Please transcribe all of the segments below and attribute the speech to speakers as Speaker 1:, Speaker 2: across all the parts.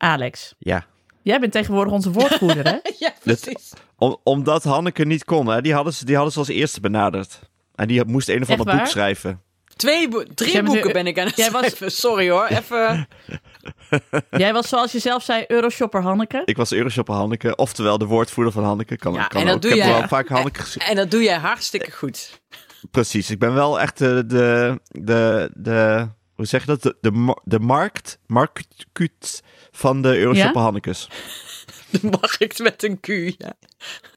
Speaker 1: Alex,
Speaker 2: Ja.
Speaker 1: jij bent tegenwoordig onze woordvoerder, hè?
Speaker 3: ja,
Speaker 2: Dit-
Speaker 3: precies.
Speaker 2: Om- omdat Hanneke niet kon, hè? Die, hadden ze, die hadden ze als eerste benaderd. En die moest een of
Speaker 1: Echt
Speaker 2: ander boek
Speaker 1: waar?
Speaker 2: schrijven.
Speaker 3: Twee boe- drie
Speaker 1: Jij bent-
Speaker 3: boeken ben ik aan het
Speaker 1: Jij was-
Speaker 3: schrijven. Sorry hoor, even.
Speaker 1: jij was, zoals je zelf zei, euroshopper Hanneke.
Speaker 2: Ik was Euroshopper Hanneke, oftewel de woordvoerder van Hanneke. Kan,
Speaker 3: Ja,
Speaker 2: kan
Speaker 3: en dat
Speaker 2: ook.
Speaker 3: doe
Speaker 2: ik heb
Speaker 3: jij.
Speaker 2: wel vaak Hanneke gezien.
Speaker 3: En dat doe jij hartstikke goed.
Speaker 2: Precies, ik ben wel echt eh, de, de, de hoe zeg je dat, de, de, mar- de markt, marktkuut van de Euroshopper
Speaker 1: Ja?
Speaker 2: Hannekes.
Speaker 3: De markt met een Q. Ja.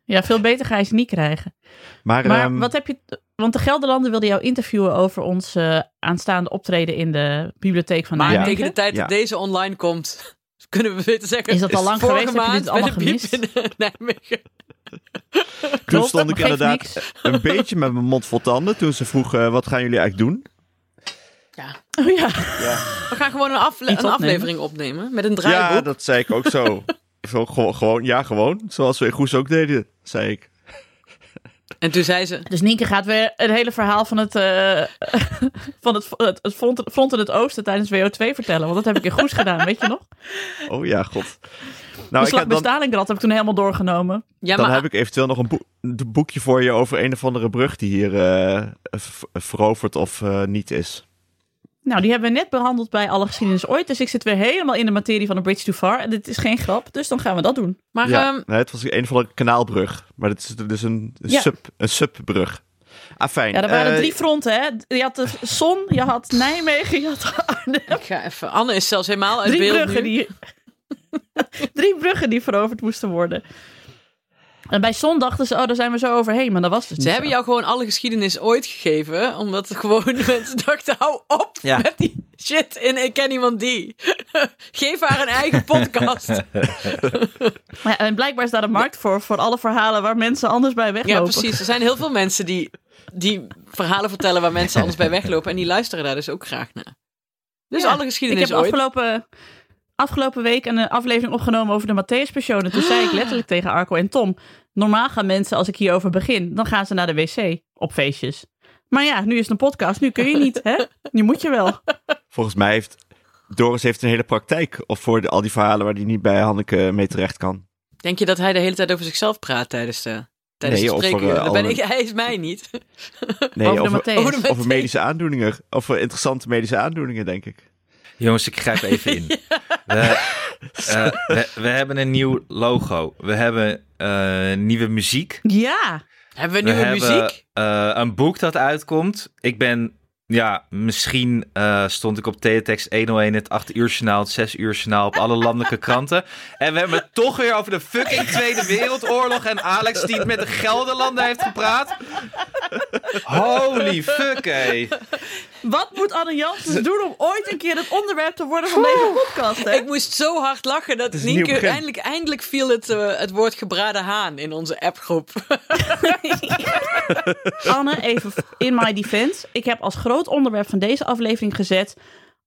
Speaker 1: Ja, veel beter ga je ze niet krijgen.
Speaker 2: Maar,
Speaker 1: Maar
Speaker 2: ehm,
Speaker 1: wat heb je... Want de Gelderlanden wilden jou interviewen over ons eh, aanstaande optreden in de bibliotheek van
Speaker 3: Maar
Speaker 2: Ja.
Speaker 1: Nijmegen.
Speaker 3: tegen de tijd
Speaker 2: Ja.
Speaker 3: dat deze online komt, kunnen we beter zeggen.
Speaker 1: Is dat al lang
Speaker 3: vorige
Speaker 1: geweest? Heb je
Speaker 3: maand
Speaker 1: dit allemaal
Speaker 3: bij de piep
Speaker 1: gemist?
Speaker 3: in Nijmegen.
Speaker 2: toen
Speaker 1: Klopt,
Speaker 2: stond ik
Speaker 1: geeft
Speaker 2: inderdaad
Speaker 1: niks.
Speaker 2: een beetje met mijn mond vol tanden toen ze vroeg, eh, wat gaan jullie eigenlijk doen?
Speaker 3: Ja.
Speaker 1: Oh ja.
Speaker 3: We gaan gewoon een, afle-
Speaker 1: Iets
Speaker 3: een
Speaker 1: opnemen.
Speaker 3: aflevering opnemen met een draaiboek.
Speaker 2: Ja, dat zei ik ook zo. zo gewo- gewoon, ja, gewoon, zoals we in Goes ook deden, zei ik.
Speaker 3: En toen zei ze,
Speaker 1: Dus Nienke gaat weer het hele verhaal van het, eh, van het, het, het front, front in het oosten tijdens WO2 vertellen. Want dat heb ik in Goes gedaan, weet je nog?
Speaker 2: Oh ja, god.
Speaker 1: de
Speaker 2: Nou, ik
Speaker 1: slag
Speaker 2: heb,
Speaker 1: bij
Speaker 2: dan,
Speaker 1: Stalingrad heb ik toen helemaal doorgenomen.
Speaker 3: ja,
Speaker 2: dan
Speaker 3: maar
Speaker 2: heb ik eventueel nog een, boek- een boekje voor je over een of andere brug die hier eh, v- veroverd of eh, niet is.
Speaker 1: Nou, die hebben we net behandeld bij Alle Geschiedenis Ooit. Dus ik zit weer helemaal in de materie van A Bridge Too Far. En dit is geen grap, dus dan gaan we dat doen.
Speaker 3: Maar
Speaker 2: ja,
Speaker 3: ehm,
Speaker 2: nee, het was een van de kanaalbrug. Maar het is dus een, een
Speaker 1: Ja.
Speaker 2: sub, een subbrug. Afijn.
Speaker 1: Ja, er waren
Speaker 2: eh,
Speaker 1: drie fronten, hè. Je had de Zon, je had Nijmegen, je had Arnhem.
Speaker 3: ik ga even. Anne is zelfs helemaal uit
Speaker 1: Drie
Speaker 3: beeld
Speaker 1: bruggen,
Speaker 3: nu.
Speaker 1: die, drie bruggen die veroverd moesten worden. En bij Zon dachten ze, oh, daar zijn we zo overheen. Maar dat was dus niet
Speaker 3: Ze
Speaker 1: zo.
Speaker 3: hebben jou gewoon alle geschiedenis ooit gegeven, omdat er gewoon mensen dachten, hou op
Speaker 2: Ja.
Speaker 3: met die shit in Ik Ken Iemand Die. Geef haar een eigen podcast.
Speaker 1: Maar ja, en blijkbaar is daar een markt voor, voor alle verhalen waar mensen anders bij weglopen.
Speaker 3: Ja, precies. Er zijn heel veel mensen die, die verhalen vertellen waar mensen anders bij weglopen en die luisteren daar dus ook graag naar. Dus
Speaker 1: Ja.
Speaker 3: alle geschiedenis
Speaker 1: Ik heb
Speaker 3: ooit.
Speaker 1: afgelopen, afgelopen week een eh, aflevering opgenomen over de Matthäus-persoon. En toen zei
Speaker 3: Ah.
Speaker 1: ik letterlijk tegen Arco en Tom... Normaal gaan mensen, als ik hierover begin, dan gaan ze naar de wc op feestjes. Maar ja, nu is het een podcast. Nu kun je niet, hè? Nu moet je wel.
Speaker 2: Volgens mij heeft Doris heeft een hele praktijk of voor de- al die verhalen waar die niet bij Hanneke mee terecht kan.
Speaker 3: Denk je dat hij de hele tijd over zichzelf praat tijdens de, tijdens
Speaker 2: Nee,
Speaker 3: de
Speaker 2: over, eh,
Speaker 3: spreekuren? Dan ben
Speaker 2: alle-
Speaker 3: ik, hij is mij niet.
Speaker 2: Nee,
Speaker 1: over, de Matthäus.
Speaker 3: over de-
Speaker 2: over medische aandoeningen. Over interessante medische aandoeningen, denk ik.
Speaker 4: Jongens, ik grijp even in. we, eh, we, we hebben een nieuw logo. We hebben eh, nieuwe muziek.
Speaker 1: Ja,
Speaker 3: Hebben we nieuwe
Speaker 4: we hebben
Speaker 3: muziek?
Speaker 4: eh, een boek dat uitkomt. Ik ben, ja, misschien eh, stond ik op teletext 101, het 8 uur journaal, het 6 uur journaal, op alle landelijke kranten. En we hebben het toch weer over de fucking Tweede Wereldoorlog en Alex die het met de Gelderlanden heeft gepraat. Holy fuck, hé.
Speaker 1: wat moet Anne Janssens doen om ooit een keer het onderwerp te worden van deze podcast? Hè?
Speaker 3: Ik moest zo hard lachen dat
Speaker 2: is een nieuw
Speaker 3: Nienke
Speaker 2: begin.
Speaker 3: eindelijk, eindelijk viel het, eh, het woord gebraden haan in onze appgroep.
Speaker 1: Anne, even in my defense. Ik heb als groot onderwerp van deze aflevering gezet...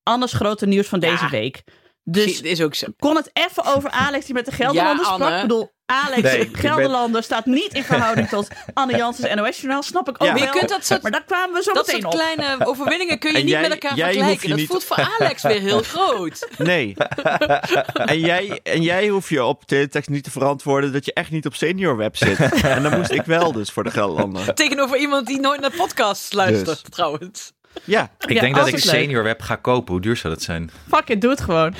Speaker 1: Anne's grote nieuws van deze
Speaker 3: Ja.
Speaker 1: week.
Speaker 3: Dus
Speaker 1: Dus
Speaker 3: is ook zo.
Speaker 1: kon het even over Alex die met de Gelderlanders
Speaker 3: Ja, Anne.
Speaker 1: sprak. Ik bedoel, Alex
Speaker 4: Nee, ik ben-
Speaker 1: Gelderlander staat niet in verhouding tot Anne Janssens NOS-journaal. Snap ik ook
Speaker 2: Ja.
Speaker 1: wel.
Speaker 3: Je kunt dat soort-
Speaker 1: Maar daar kwamen we zo
Speaker 3: Dat
Speaker 1: meteen
Speaker 3: soort
Speaker 1: op.
Speaker 3: kleine overwinningen kun je
Speaker 2: En
Speaker 3: niet
Speaker 2: jij-
Speaker 3: met elkaar
Speaker 2: jij hoeft
Speaker 3: vergelijken.
Speaker 2: je
Speaker 3: Dat
Speaker 2: niet-
Speaker 3: voelt voor Alex weer heel groot.
Speaker 2: Nee. en, jij, en jij hoeft je op teletext niet te verantwoorden dat je echt niet op senior web zit. en dan moest ik wel dus voor de Gelderlanden.
Speaker 3: Tegenover iemand die nooit naar podcasts luistert,
Speaker 2: Dus.
Speaker 3: trouwens.
Speaker 2: Ja,
Speaker 4: Ik
Speaker 1: Ja,
Speaker 4: denk dat ik
Speaker 1: altijd leuk.
Speaker 4: senior web ga kopen. Hoe duur zou dat zijn?
Speaker 1: Fuck it, doe het gewoon.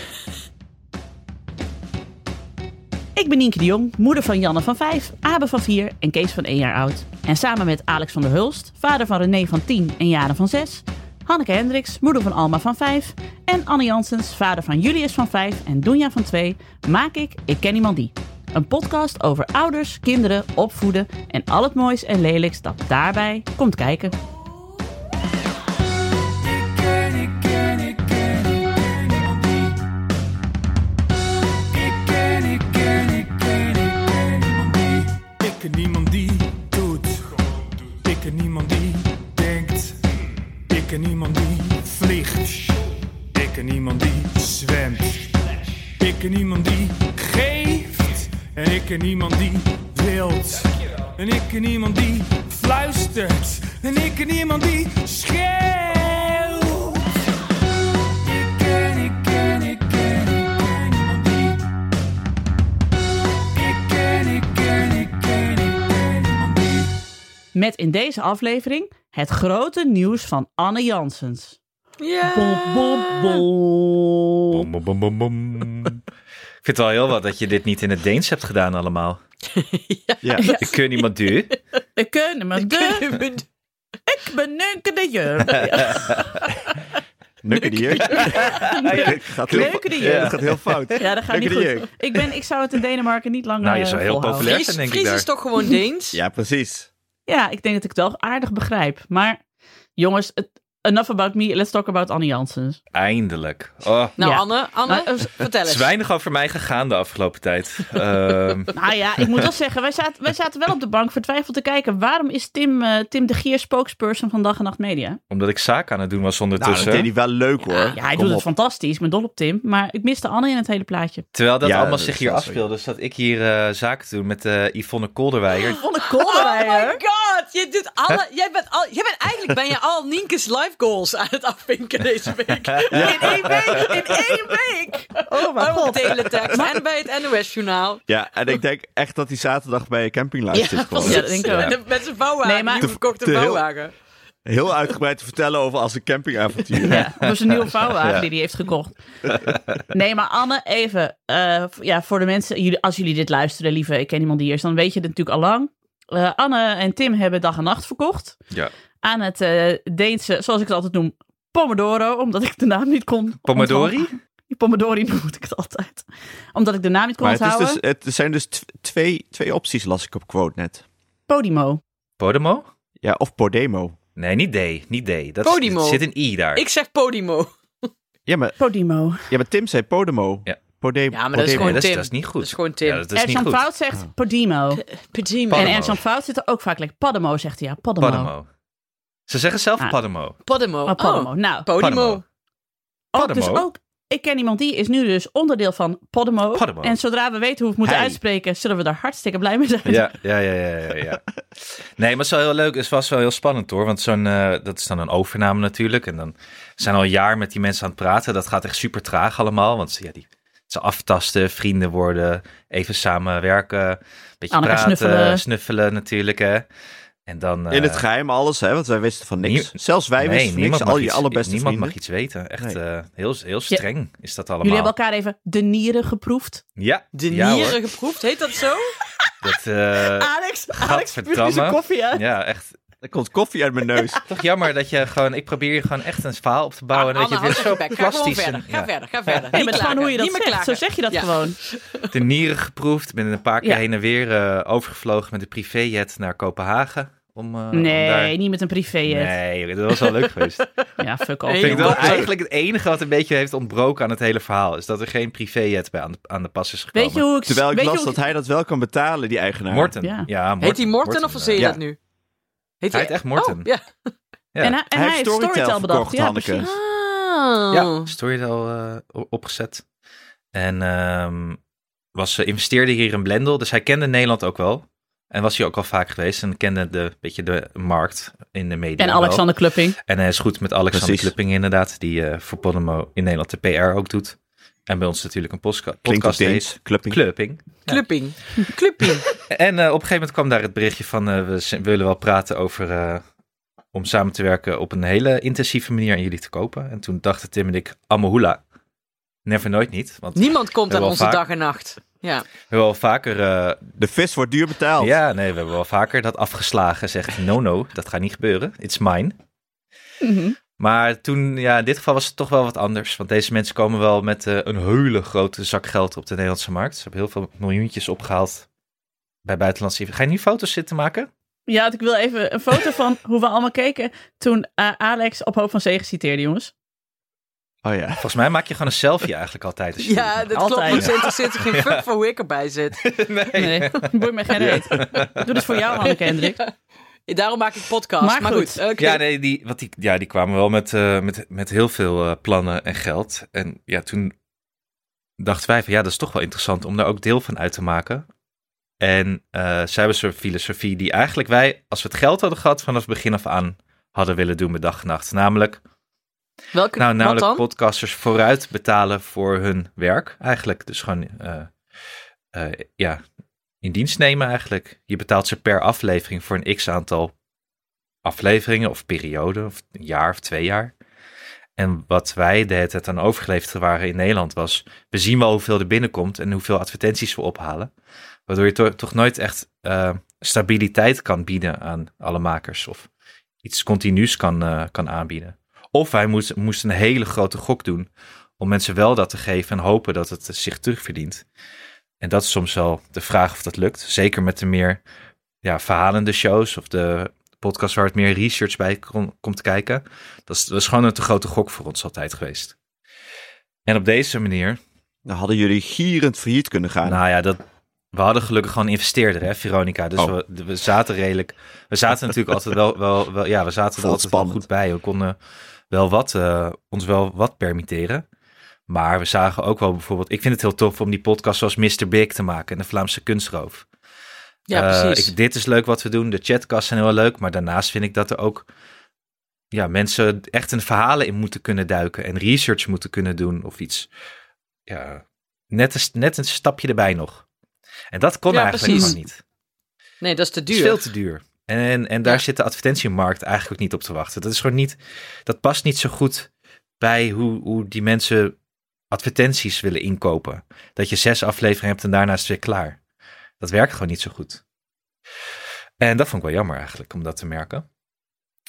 Speaker 1: Ik ben Nienke de Jong, moeder van Janne van 5, Abe van 4 en Kees van 1 jaar oud. En samen met Alex van der Hulst, vader van René van 10 en Jaren van 6. Hanneke Hendricks, moeder van Alma van 5. En Anne Janssens, vader van Julius van 5 en Doenja van 2. Maak ik Ik Ken Iemand Die. Een podcast over ouders, kinderen, opvoeden en al het moois en lelijks dat daarbij komt kijken.
Speaker 5: Ik ken niemand die doet. Ik ken niemand die denkt. Ik ken niemand die vliegt. Ik ken niemand die zwemt. Ik ken niemand die geeft. En ik ken niemand die wilt. En ik ken niemand die fluistert. En ik ken niemand die schreeuwt. Ik ken, ik ken, ik ken, ik ken niemand die.
Speaker 1: Met in deze aflevering het grote nieuws van Anne Jansens.
Speaker 3: Ja.
Speaker 1: Bom, bom, bom.
Speaker 4: Bom, bom, bom, bom, bom. Ik vind het wel heel wat dat je dit niet in het Deens hebt gedaan allemaal.
Speaker 2: Ja.
Speaker 4: Ik kun niemand du.
Speaker 1: Ik ken me de, ik ben neuken de jur.
Speaker 2: Nukke die jeuk. Het gaat heel
Speaker 1: Neuken de
Speaker 2: fo-
Speaker 1: jurk.
Speaker 2: Het gaat heel fout.
Speaker 1: Ja, dat gaat
Speaker 2: Neuken
Speaker 1: niet
Speaker 2: de
Speaker 1: goed.
Speaker 2: jeuk.
Speaker 1: Ik, ben, ik zou het in Denemarken niet langer
Speaker 4: Nou, je
Speaker 1: eh,
Speaker 4: zou heel
Speaker 1: volhouden.
Speaker 4: populair-
Speaker 3: Fries,
Speaker 4: denk ik
Speaker 3: Fries
Speaker 4: daar.
Speaker 3: is toch gewoon Deens?
Speaker 2: Ja, precies.
Speaker 1: Ja, ik denk dat ik het wel aardig begrijp. Maar jongens, het- enough about me. Let's talk about Anne Janssens.
Speaker 4: Eindelijk. Oh.
Speaker 3: Nou,
Speaker 1: Ja.
Speaker 3: Anne, Anne
Speaker 1: Nou,
Speaker 3: vertel
Speaker 4: Er
Speaker 3: eens.
Speaker 4: is weinig over mij gegaan de afgelopen tijd. Ehm,
Speaker 1: Nou ja, ik moet wel zeggen, wij zaten, wij zaten wel op de bank vertwijfeld te kijken. Waarom is Tim, eh, Tim de Gier spokesperson van Dag en Nacht Media?
Speaker 4: omdat ik zaken aan het doen was
Speaker 2: Nou, dat
Speaker 4: ondertussen.
Speaker 2: deed hij wel leuk hoor.
Speaker 1: Ja, hij
Speaker 2: Ah, Kom
Speaker 1: doet het
Speaker 2: op.
Speaker 1: fantastisch. Ik ben dol op Tim. Maar ik miste Anne in het hele plaatje.
Speaker 4: Terwijl dat
Speaker 2: Ja,
Speaker 4: allemaal
Speaker 2: dat
Speaker 4: zich
Speaker 2: is
Speaker 4: hier
Speaker 2: wel zo,
Speaker 4: afspeelde, zat ik hier eh, zaken te doen met eh, Yvonne Kolderweijer.
Speaker 1: Vond ik
Speaker 3: Oh my god, je doet alle, jij bent al, jij bent eigenlijk ben je al Nienke's live goals aan het afvinken deze week. In één week, in één week. Oh mijn god. teletext en bij het NOS journaal.
Speaker 2: Ja, en ik denk echt dat hij zaterdag bij een campinglijst zit. gewoon.
Speaker 1: precies. Ja, dat denk ik ook.
Speaker 3: De- Met zijn bouwwagen,
Speaker 1: Nee, maar-
Speaker 3: nieuw
Speaker 2: Te-
Speaker 3: gekochte
Speaker 2: te heel-
Speaker 3: bouwwagen.
Speaker 2: Heel uitgebreid te vertellen over als een campingavontuur.
Speaker 1: Ja, dat was een nieuwe vouwwagen die hij heeft gekocht. Nee, maar Anne, even. eh, v- ja, voor de mensen, jullie, als jullie dit luisteren, lieve, ik ken iemand die hier is, dan weet je het natuurlijk al lang. Eh, Anne en Tim hebben dag en nacht verkocht
Speaker 4: Ja.
Speaker 1: aan het eh, Deense, zoals ik het altijd noem, Pomodoro, omdat ik de naam niet kon.
Speaker 4: Pomodori?
Speaker 1: onthouden. Pomodori noem ik het altijd. Omdat ik de naam niet kon
Speaker 2: Maar het, is
Speaker 1: onthouden.
Speaker 2: dus, het zijn dus tw- twee, twee opties, las ik op quote net.
Speaker 1: Podimo.
Speaker 4: Podemo?
Speaker 2: Ja, of Podemo.
Speaker 4: Nee, niet D. Niet D. Dat
Speaker 3: Podimo.
Speaker 4: Is, zit een I daar.
Speaker 3: Ik zeg Podimo.
Speaker 2: Ja, maar,
Speaker 1: Podimo.
Speaker 2: ja, maar Tim zei Podemo.
Speaker 4: Ja.
Speaker 2: Podemo.
Speaker 3: Ja, maar dat is
Speaker 4: Nee,
Speaker 2: Podemo.
Speaker 3: gewoon
Speaker 4: dat, is,
Speaker 3: Tim.
Speaker 4: dat is niet goed.
Speaker 3: Dat is gewoon Tim.
Speaker 4: Ja, dat is niet
Speaker 1: Ernst-Jan
Speaker 4: goed.
Speaker 1: Fout zegt Podimo.
Speaker 3: Podimo.
Speaker 1: En
Speaker 4: Podimo.
Speaker 1: Ernst-Jan Fout zit er ook vaak lekker. Pademo zegt hij, ja. Pademo.
Speaker 4: Pademo. Ze zeggen zelf
Speaker 1: Ah.
Speaker 4: Pademo.
Speaker 3: Podimo.
Speaker 1: Oh, Podemo.
Speaker 3: Oh,
Speaker 1: Nou,
Speaker 3: Podimo.
Speaker 1: Ook,
Speaker 4: Podemo.
Speaker 1: dus ook, ik ken iemand die is nu dus onderdeel van Podemo.
Speaker 4: Podemo.
Speaker 1: En zodra we weten hoe we het moeten
Speaker 4: Hij.
Speaker 1: uitspreken, zullen we daar hartstikke blij mee zijn.
Speaker 4: Ja, ja, ja, ja, ja, ja. Nee, maar het is wel heel leuk. Het was wel heel spannend hoor. Want zo'n, eh, dat is dan een overname natuurlijk. En dan we zijn al een jaar met die mensen aan het praten. Dat gaat echt super traag allemaal. Want ja, die, ze aftasten, vrienden worden, even samenwerken. Een beetje
Speaker 1: Aan elkaar
Speaker 4: praten,
Speaker 1: snuffelen.
Speaker 4: snuffelen. natuurlijk hè. En dan... eh,
Speaker 2: In het geheim alles, hè, want wij wisten van niks.
Speaker 4: Nie-
Speaker 2: Zelfs wij
Speaker 4: nee,
Speaker 2: wisten van niks,
Speaker 4: niemand mag
Speaker 2: al je
Speaker 4: iets-
Speaker 2: allerbeste
Speaker 4: Niemand
Speaker 2: vrienden.
Speaker 4: mag iets weten. Echt
Speaker 2: Nee.
Speaker 4: eh, heel, heel streng is dat allemaal.
Speaker 1: Jullie hebben elkaar even de nieren geproefd.
Speaker 4: Ja,
Speaker 3: De
Speaker 4: ja, hoor.
Speaker 3: nieren geproefd, heet dat zo?
Speaker 4: Dat, eh,
Speaker 1: Alex, Alex
Speaker 4: gadverdamme.
Speaker 1: spuugt nu zijn koffie uit.
Speaker 4: ja, echt.
Speaker 2: Er komt koffie uit mijn neus.
Speaker 4: Toch jammer dat je gewoon... Ik probeer je gewoon echt een verhaal op te
Speaker 3: Anne,
Speaker 4: bouwen. en dat je
Speaker 3: houd
Speaker 4: weer
Speaker 3: even
Speaker 4: zo
Speaker 3: je bek. Ah, Ga gewoon
Speaker 4: plastisch...
Speaker 3: verder.
Speaker 4: en-
Speaker 3: Ga
Speaker 4: ja.
Speaker 3: verder, ga
Speaker 1: Nee,
Speaker 3: verder. Niet
Speaker 1: maar het is gewoon hoe je dat
Speaker 3: klagen,
Speaker 1: zegt.
Speaker 3: niet meer
Speaker 1: Zo
Speaker 3: klagen.
Speaker 1: zeg je dat
Speaker 3: Ja.
Speaker 1: gewoon.
Speaker 4: Oh, de nieren geproefd. Ben een paar keer
Speaker 1: Ja.
Speaker 4: heen en weer eh, overgevlogen met de privéjet naar Kopenhagen. Om, eh, om
Speaker 1: Nee,
Speaker 4: daar-
Speaker 1: niet met een privé. eh.
Speaker 4: Nee, dat was wel leuk geweest. Ik
Speaker 1: Ja, fuck off.
Speaker 3: Nee,
Speaker 4: vind
Speaker 3: joh.
Speaker 4: dat eigenlijk het enige wat een beetje heeft ontbroken aan het hele verhaal. Is dat er geen privéjet bij aan de, aan de pas is gekomen.
Speaker 1: Weet je hoe ik...
Speaker 2: Terwijl ik
Speaker 1: weet je
Speaker 2: las
Speaker 1: hoe
Speaker 2: dat hij dat wel kan betalen, die eigenaar.
Speaker 4: Morten.
Speaker 1: Ja.
Speaker 4: Ja. Morten.
Speaker 3: Heet hij Morten, of
Speaker 4: eh,
Speaker 3: verzin je
Speaker 2: ja.
Speaker 3: dat nu? Heet
Speaker 4: Hij heet echt Morten.
Speaker 3: Oh, ja.
Speaker 4: Ja.
Speaker 1: En, hij, en hij heeft Storytel, bedacht.
Speaker 2: verkocht,
Speaker 1: ja,
Speaker 2: Hanneke.
Speaker 1: precies.
Speaker 3: Ah.
Speaker 4: Ja, Storytel eh, o- opgezet. En ehm, was, eh, investeerde hier in Blendel. Dus hij kende Nederland ook wel. En was hier ook al vaak geweest. En kende de, beetje de markt in de media.
Speaker 1: En
Speaker 4: wel.
Speaker 1: Alexander Klupping.
Speaker 4: En hij is goed met Alexander
Speaker 2: Precies.
Speaker 4: Klupping inderdaad. Die eh, voor Podemo in Nederland de PR ook doet. En bij ons natuurlijk een postka-
Speaker 2: Klinkt ook
Speaker 4: podcast
Speaker 2: Deens.
Speaker 4: heet
Speaker 2: Clubbing.
Speaker 4: Klupping.
Speaker 3: Clupping. Clupping.
Speaker 4: En eh, op een gegeven moment kwam daar het berichtje van... eh, we z- willen wel praten over... eh, om samen te werken op een hele intensieve manier en jullie te kopen. En toen dachten Tim en ik, Amahula, never nooit niet. Want
Speaker 3: Niemand komt aan
Speaker 4: Hebben we al
Speaker 3: onze
Speaker 4: vaak.
Speaker 3: dag en nacht. Ja.
Speaker 4: we hebben wel vaker... eh,
Speaker 2: De vis wordt duur betaald.
Speaker 4: ja, nee, we hebben wel vaker dat afgeslagen. Zegt, no, no, dat gaat niet gebeuren. It's mine.
Speaker 1: Mhm.
Speaker 4: Maar toen, ja, in dit geval was het toch wel wat anders. Want deze mensen komen wel met eh, een hele grote zak geld op de Nederlandse markt. Ze hebben heel veel miljoentjes opgehaald bij buitenlandse investeerders. Ga je nu foto's zitten maken?
Speaker 1: Ja, want ik wil even een foto van hoe we allemaal keken toen eh, Alex op Hoop van Zegen citeerde, jongens.
Speaker 2: Oh ja.
Speaker 4: Volgens mij maak je gewoon een selfie eigenlijk altijd. Als je
Speaker 3: ja, dat klopt.
Speaker 1: Altijd.
Speaker 3: Want ze interesseert zich geen fuck voor hoe ik erbij zit.
Speaker 4: nee.
Speaker 1: Nee, boeit me geen reet. Doe dit voor jou, Hanneke Hendrik.
Speaker 3: Daarom maak ik podcast.
Speaker 1: Maar
Speaker 3: Maar,
Speaker 1: goed.
Speaker 3: goed. oké.
Speaker 4: Ja, nee, die, wat die, ja, die kwamen wel met, eh, met, met heel veel eh, plannen en geld. En ja, toen dachten wij van ja, dat is toch wel interessant om daar ook deel van uit te maken. En eh zij hebben zo'n filosofie die eigenlijk wij, als we het geld hadden gehad, vanaf het begin af aan hadden willen doen met dag en nacht. Namelijk,
Speaker 3: Welke,
Speaker 4: nou,
Speaker 3: wat
Speaker 4: namelijk
Speaker 3: dan?
Speaker 4: podcasters vooruit betalen voor hun werk eigenlijk. Dus gewoon, eh, eh, ja, in dienst nemen eigenlijk. Je betaalt ze per aflevering voor een x-aantal afleveringen of perioden, of een jaar of twee jaar. En wat wij de hele tijd aan overgeleverd waren in Nederland was, we zien wel hoeveel er binnenkomt en hoeveel advertenties we ophalen. Waardoor je to- toch nooit echt eh, stabiliteit kan bieden aan alle makers of iets continuus kan, eh, kan aanbieden. Of wij moest- moesten een hele grote gok doen om mensen wel dat te geven en hopen dat het zich terugverdient. En dat is soms wel de vraag of dat lukt. Zeker met de meer ja, verhalende shows of de podcast waar het meer research bij kon- komt kijken. Dat is, dat is gewoon een te grote gok voor ons altijd geweest. En op deze manier,
Speaker 2: Dan hadden jullie gierend failliet kunnen gaan.
Speaker 4: nou ja, dat, we hadden gelukkig gewoon een investeerder, hè, Veronica. Dus
Speaker 2: Oh.
Speaker 4: we, we zaten redelijk, we zaten natuurlijk altijd wel, wel, wel ja, we zaten er
Speaker 2: Vond het
Speaker 4: altijd wel
Speaker 2: spannend.
Speaker 4: goed bij. We konden wel wat, eh, ons wel wat permitteren. Maar we zagen ook wel bijvoorbeeld, ik vind het heel tof om die podcast zoals Mr. Big te maken en de Vlaamse kunstroof.
Speaker 3: Ja,
Speaker 4: Eh,
Speaker 3: precies.
Speaker 4: ik- dit is leuk wat we doen. De chatcasts zijn heel leuk. Maar daarnaast vind ik dat er ook ja, mensen echt een verhalen in moeten kunnen duiken. En research moeten kunnen doen of iets. Ja, net, een, s- net een stapje erbij nog. En dat kon
Speaker 3: Ja,
Speaker 4: eigenlijk
Speaker 3: precies.
Speaker 4: gewoon niet.
Speaker 3: Nee, dat is te
Speaker 4: Het is
Speaker 3: duur.
Speaker 4: veel te duur. En, en daar
Speaker 3: Ja.
Speaker 4: zit de advertentiemarkt eigenlijk ook niet op te wachten. Dat is gewoon niet. Dat past niet zo goed bij hoe, hoe die mensen advertenties willen inkopen. Dat je zes afleveringen hebt en daarna is het weer klaar. Dat werkt gewoon niet zo goed. En dat vond ik wel jammer eigenlijk om dat te merken.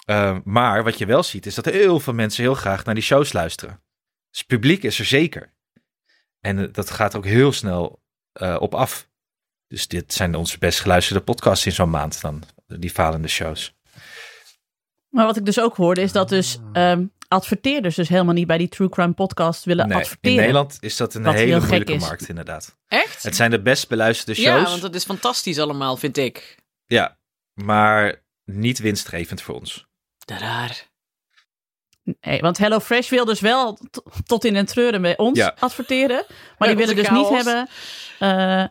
Speaker 4: Eh, maar wat je wel ziet is dat heel veel mensen heel graag naar die shows luisteren. Dus het publiek is er zeker. En eh, dat gaat ook heel snel eh, op af. Dus dit zijn onze best geluisterde podcasts in zo'n maand dan. Die falende shows.
Speaker 1: Maar wat ik dus ook hoorde is dat dus ehm, adverteerders dus helemaal niet bij die True Crime podcast willen
Speaker 4: Nee, in
Speaker 1: adverteren.
Speaker 4: Nederland is dat een
Speaker 1: Wat heel
Speaker 4: hele
Speaker 1: gek
Speaker 4: moeilijke
Speaker 1: is.
Speaker 4: markt inderdaad.
Speaker 3: Echt?
Speaker 4: Het zijn de best beluisterde shows.
Speaker 3: Ja, want dat is fantastisch allemaal, vind ik.
Speaker 4: Ja, maar niet winstgevend voor ons.
Speaker 3: Daar.
Speaker 1: Nee, want HelloFresh wil dus wel t- tot in een treuren bij ons
Speaker 4: Ja.
Speaker 1: adverteren. Maar die willen
Speaker 3: onze
Speaker 1: dus niet
Speaker 3: chaos.
Speaker 1: hebben... eh,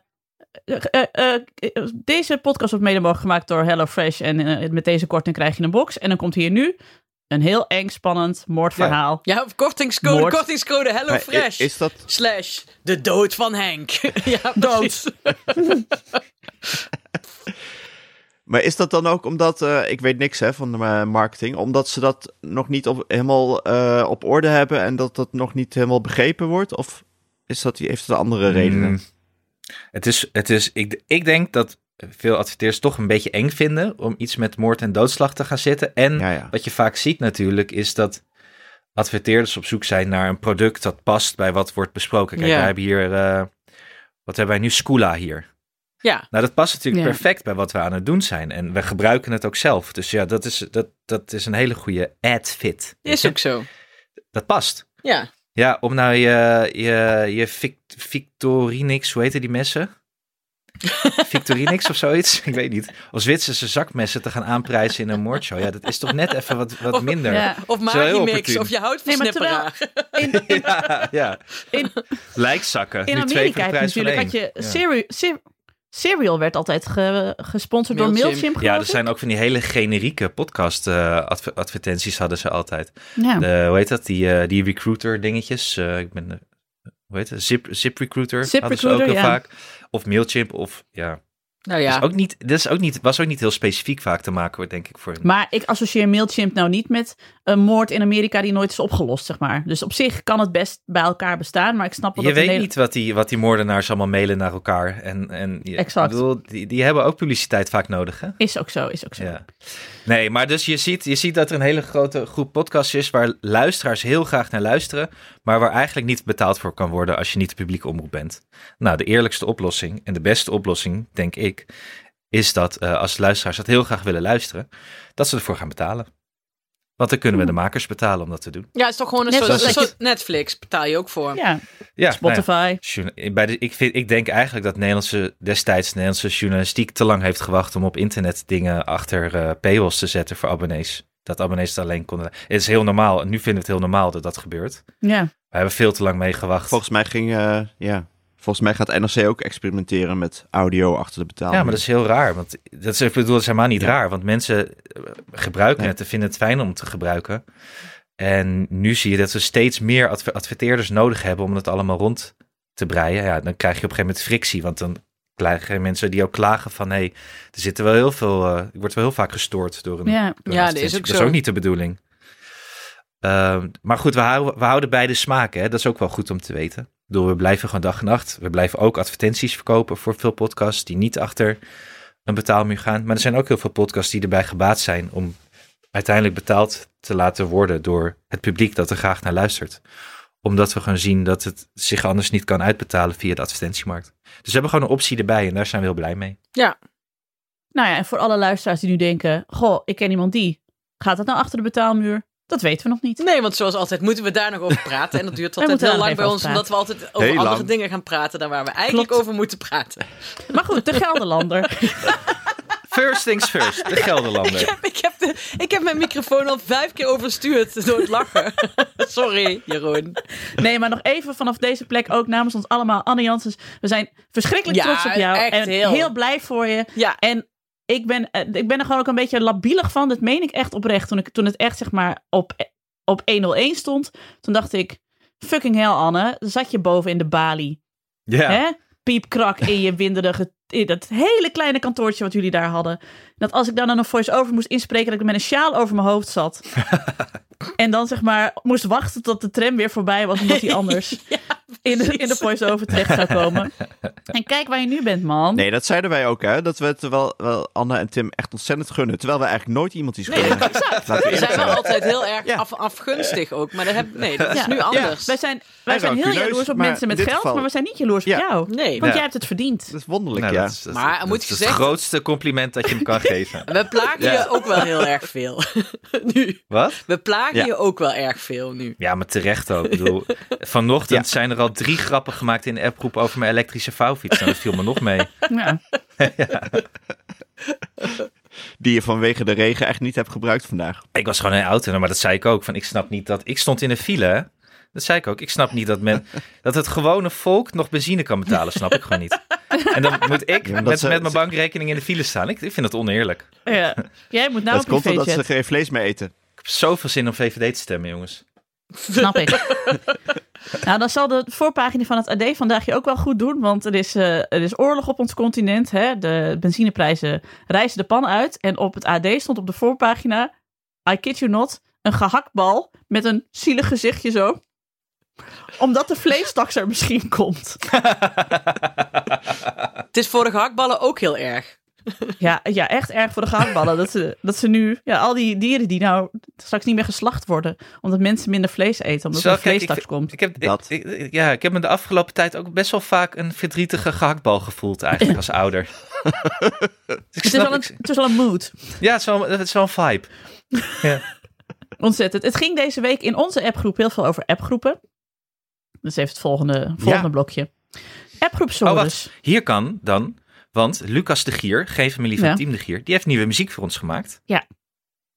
Speaker 1: eh, eh, eh, deze podcast wordt mede mogelijk gemaakt door HelloFresh. En eh, met deze korting krijg je een box. En dan komt hier nu een heel eng, spannend moordverhaal.
Speaker 3: Ja, of kortingscode,
Speaker 1: Moord.
Speaker 3: kortingscode
Speaker 2: Maar i-
Speaker 3: HelloFresh.
Speaker 2: Is dat
Speaker 3: Slash de dood van Henk. ja, precies.
Speaker 2: Maar is dat dan ook omdat, eh, ik weet niks hè, van de eh, marketing, omdat ze dat nog niet op, helemaal eh, op orde hebben en dat dat nog niet helemaal begrepen wordt? Of is dat, heeft dat andere redenen?
Speaker 4: Mm. Het is, het is ik, ik denk dat veel adverteerders toch een beetje eng vinden om iets met moord en doodslag te gaan zitten. En
Speaker 2: Ja, ja.
Speaker 4: wat je vaak ziet natuurlijk is dat adverteerders op zoek zijn naar een product dat past bij wat wordt besproken. Kijk,
Speaker 3: Ja.
Speaker 4: wij hebben hier, eh, wat hebben wij nu? Scula hier.
Speaker 3: Ja.
Speaker 4: Nou, dat past natuurlijk
Speaker 1: Ja.
Speaker 4: perfect bij wat we aan het doen zijn. En we gebruiken het ook zelf. Dus ja, dat is, dat, dat is een hele goede ad fit.
Speaker 3: Is ook zo.
Speaker 4: Dat past.
Speaker 3: Ja.
Speaker 4: Ja, om nou je, je, je Vic- Victorinix, hoe heette die messen? Victorinix of zoiets? Ik weet niet. Als Zwitserse zakmessen te gaan aanprijzen in een moordshow. Ja, dat is toch net even wat, wat minder. Ja.
Speaker 1: Ja.
Speaker 3: Of
Speaker 4: is wel heel
Speaker 3: Magimix,
Speaker 4: opportun.
Speaker 3: of je houdt
Speaker 1: Nee,
Speaker 3: van
Speaker 1: maar terwijl- In, in,
Speaker 4: Ja,
Speaker 1: In-
Speaker 4: Lijkzakken.
Speaker 1: in
Speaker 4: nu twee voor
Speaker 1: Amerika
Speaker 4: de
Speaker 1: heb je
Speaker 4: prijs van
Speaker 1: natuurlijk
Speaker 4: één.
Speaker 1: had je...
Speaker 4: Ja.
Speaker 1: Seri- Ser- Serial werd altijd ge- gesponsord door
Speaker 3: Mailchimp.
Speaker 1: Mailchimp,
Speaker 4: Ja,
Speaker 1: geloof
Speaker 4: er zijn ook van die hele generieke podcast eh, adver- advertenties hadden ze altijd.
Speaker 1: ik. Ja.
Speaker 4: De, hoe heet dat? Die, eh, die recruiter dingetjes. Eh, ik ben, eh, hoe heet het? Zip, Zip Recruiter.
Speaker 1: Zip
Speaker 4: hadden ze ook
Speaker 1: Recruiter,
Speaker 4: heel
Speaker 1: ja.
Speaker 4: vaak. Of Mailchimp of ja,
Speaker 3: Nou ja,
Speaker 4: Dus ook niet, dat is ook niet, was ook niet heel specifiek vaak te maken, hoor, denk ik, voor een
Speaker 1: Maar ik associeer Mailchimp nou niet met een moord in Amerika die nooit is opgelost, zeg maar. Dus op zich kan het best bij elkaar bestaan, maar ik snap wel
Speaker 4: Je
Speaker 1: dat... in
Speaker 4: weet
Speaker 1: Nederland-
Speaker 4: niet wat die, wat die moordenaars allemaal mailen naar elkaar. En, en je-
Speaker 1: Exact.
Speaker 4: Ik bedoel, die, die hebben ook publiciteit vaak nodig, hè?
Speaker 1: Is ook zo, is ook zo.
Speaker 4: Ja. Nee, maar dus je ziet, je ziet dat er een hele grote groep podcasts is waar luisteraars heel graag naar luisteren, maar waar eigenlijk niet betaald voor kan worden als je niet de publieke omroep bent. Nou, de eerlijkste oplossing en de beste oplossing, denk ik, is dat eh, als luisteraars dat heel graag willen luisteren, dat ze ervoor gaan betalen. Want dan kunnen we de makers betalen om dat te doen.
Speaker 3: ja, het is toch gewoon een
Speaker 1: Net
Speaker 3: soort,
Speaker 4: zoals
Speaker 3: een
Speaker 1: dat je-
Speaker 3: soort Netflix betaal je ook voor.
Speaker 1: Ja,
Speaker 4: Ja, nou ja.
Speaker 1: Spotify.
Speaker 4: Journa- Bij de, ik, vind, ik denk eigenlijk dat Nederlandse, destijds Nederlandse journalistiek te lang heeft gewacht om op internet dingen achter eh paywalls te zetten voor abonnees. Dat abonnees het alleen konden. Het is heel normaal. En nu vinden we het heel normaal dat dat gebeurt.
Speaker 1: Ja.
Speaker 4: We hebben veel te lang mee gewacht.
Speaker 2: Volgens mij ging, eh, ja, volgens mij gaat NRC ook experimenteren met audio achter de betaling.
Speaker 4: Ja, maar dat is heel raar. Want dat is, ik bedoel, dat is helemaal niet
Speaker 2: Ja.
Speaker 4: raar. Want mensen eh, gebruiken
Speaker 2: Nee.
Speaker 4: het en vinden het fijn om te gebruiken. En nu zie je dat we steeds meer adver- adverteerders nodig hebben om het allemaal rond te breien. Ja, dan krijg je op een gegeven moment frictie. Want dan krijgen mensen die ook klagen van... hé, hey, er zitten wel heel veel... eh, ik word wel heel vaak gestoord door een...
Speaker 1: Ja.
Speaker 4: door een
Speaker 3: Ja, dat is dus
Speaker 4: advertentie.
Speaker 3: ook
Speaker 4: dat is
Speaker 3: zo.
Speaker 4: ook niet de bedoeling. Ehm, maar goed, we houden, we houden beide smaken. Hè? Dat is ook wel goed om te weten. Ik bedoel, we blijven gewoon dag en nacht. We blijven ook advertenties verkopen voor veel podcasts... die niet achter een betaalmuur gaan. Maar er zijn ook heel veel podcasts die erbij gebaat zijn... om uiteindelijk betaald te laten worden door het publiek dat er graag naar luistert omdat we gewoon zien dat het zich anders niet kan uitbetalen via de advertentiemarkt. Dus we hebben gewoon een optie erbij en daar zijn we heel blij mee.
Speaker 1: Nou ja, en voor alle luisteraars die nu denken: Goh, ik ken iemand die. Gaat dat nou achter de betaalmuur? Dat weten we nog niet.
Speaker 3: Nee, want zoals altijd moeten we daar nog over praten. En dat duurt
Speaker 1: Wij
Speaker 3: altijd
Speaker 1: moeten
Speaker 3: heel
Speaker 1: daar
Speaker 3: lang
Speaker 1: nog even
Speaker 3: bij ons,
Speaker 1: over
Speaker 3: omdat we altijd over
Speaker 2: Heel
Speaker 3: andere
Speaker 2: lang.
Speaker 3: dingen gaan praten dan waar we eigenlijk
Speaker 1: Klopt.
Speaker 3: over moeten praten.
Speaker 1: Maar goed, de Gelderlander.
Speaker 4: First things first, de
Speaker 3: Ik
Speaker 4: Gelderlander.
Speaker 3: heb, ik, heb de- ik heb mijn microfoon al vijf keer overstuurd door het lachen. Sorry, Jeroen.
Speaker 1: Nee, maar nog even vanaf deze plek ook namens ons allemaal. Anne Janssens, we zijn verschrikkelijk
Speaker 3: Ja,
Speaker 1: trots op jou.
Speaker 3: echt
Speaker 1: en
Speaker 3: heel.
Speaker 1: blij voor je.
Speaker 3: Ja,
Speaker 1: En ik ben, eh, ik ben er gewoon ook een beetje labielig van. Dat meen ik echt oprecht. Toen, ik, toen het echt zeg maar op, op 101 stond, toen dacht ik... Fucking hell, Anne. Zat je boven in de balie.
Speaker 4: Ja,
Speaker 1: Hè? Piepkrak in je winderige... In dat hele kleine kantoortje wat jullie daar hadden. Dat als ik dan dan een voice-over moest inspreken... dat ik met een sjaal over mijn hoofd zat. en dan zeg maar moest wachten tot de tram weer voorbij was... omdat die anders in de, in de voice-over terecht zou komen. en kijk waar je nu bent, man.
Speaker 2: Nee, dat zeiden wij ook, hè? Dat we het wel, wel Anne en Tim echt ontzettend gunnen. Terwijl we eigenlijk nooit iemand iets gunnen. Laten we
Speaker 3: we
Speaker 2: eerlijk
Speaker 3: zijn wel
Speaker 2: zijn.
Speaker 3: altijd heel erg
Speaker 2: Ja.
Speaker 3: af, afgunstig ook. Maar dat, heb, nee, dat is
Speaker 1: Ja.
Speaker 3: nu
Speaker 1: Ja.
Speaker 3: anders.
Speaker 1: Wij zijn, wij
Speaker 2: Hij
Speaker 1: zijn
Speaker 2: ruikt
Speaker 1: heel
Speaker 2: curieus,
Speaker 1: jaloers op
Speaker 2: maar
Speaker 1: mensen met
Speaker 2: in dit
Speaker 1: geld,
Speaker 2: geval-
Speaker 1: maar we zijn niet jaloers op
Speaker 2: Ja.
Speaker 1: jou.
Speaker 3: Nee.
Speaker 1: Want
Speaker 4: Ja.
Speaker 1: jij hebt het verdiend.
Speaker 2: Dat is wonderlijk,
Speaker 4: Nou,
Speaker 2: ja.
Speaker 4: dat is, dat is-
Speaker 3: Maar er
Speaker 4: dat
Speaker 3: moet
Speaker 4: is het
Speaker 3: gezegd-
Speaker 4: grootste compliment dat je hem kan geven.
Speaker 3: We plagen
Speaker 4: Ja.
Speaker 3: je ook wel heel erg veel. nu.
Speaker 4: Wat?
Speaker 3: We plagen
Speaker 2: Ja.
Speaker 3: je ook wel erg veel nu.
Speaker 4: Ja, maar terecht ook. Ik bedoel, vanochtend zijn er al drie grappen gemaakt in de appgroep over mijn elektrische vouwfiets. Nou, dat viel me nog mee.
Speaker 1: Ja.
Speaker 2: Die je vanwege de regen echt niet hebt gebruikt vandaag.
Speaker 4: Ik was gewoon in de auto, maar dat zei ik ook. Van, ik snap niet dat... Ik stond in een file, hè? Dat zei ik ook. Ik snap niet dat, men, dat het gewone volk nog benzine kan betalen. Snap ik gewoon niet. En dan moet ik
Speaker 2: Ja, maar dat
Speaker 4: met,
Speaker 2: ze-
Speaker 4: met mijn
Speaker 2: ze-
Speaker 4: bankrekening in de file staan. Ik, ik vind dat oneerlijk.
Speaker 1: Ja. Jij moet nou
Speaker 2: dat komt
Speaker 1: een
Speaker 2: omdat ze
Speaker 1: privéjet.
Speaker 2: geen vlees meer eten.
Speaker 4: Ik heb zoveel zin om VVD te stemmen, jongens.
Speaker 1: Snap ik. nou, dan zal de voorpagina van het AD vandaag je ook wel goed doen. Want er is, eh, er is oorlog op ons continent. Hè? De benzineprijzen rijzen de pan uit. En op het AD stond op de voorpagina, I kid you not, een gehaktbal met een zielig gezichtje zo. Omdat de vleestaks er misschien komt.
Speaker 3: Het is voor de gehaktballen ook heel erg.
Speaker 1: Ja, ja echt erg voor de gehaktballen. dat, ze, dat ze nu, ja, al die dieren die nou straks niet meer geslacht worden. Omdat mensen minder vlees eten. Omdat
Speaker 4: Zo,
Speaker 1: er
Speaker 4: kijk, ik
Speaker 1: vleestaks komt.
Speaker 4: Ik heb, ik-
Speaker 2: Dat.
Speaker 4: ik- ik- ja, ik heb me de afgelopen tijd ook best wel vaak een verdrietige gehaktbal gevoeld eigenlijk als ouder. Dus ik
Speaker 1: Het is,
Speaker 4: snap-
Speaker 1: wel Oh, een,
Speaker 4: ik-
Speaker 1: het is wel een mood.
Speaker 4: ja, het is wel, het is wel een vibe.
Speaker 1: Ontzettend. Het ging deze week in onze appgroep heel veel over appgroepen. Dus even het volgende, volgende
Speaker 2: Ja.
Speaker 1: blokje. Appgroep
Speaker 4: Oh,
Speaker 1: Sores.
Speaker 4: wacht. Hier kan dan, want Lucas de Gier, geen familie van
Speaker 1: Ja.
Speaker 4: Team de Gier, die heeft nieuwe muziek voor ons gemaakt.
Speaker 1: Hier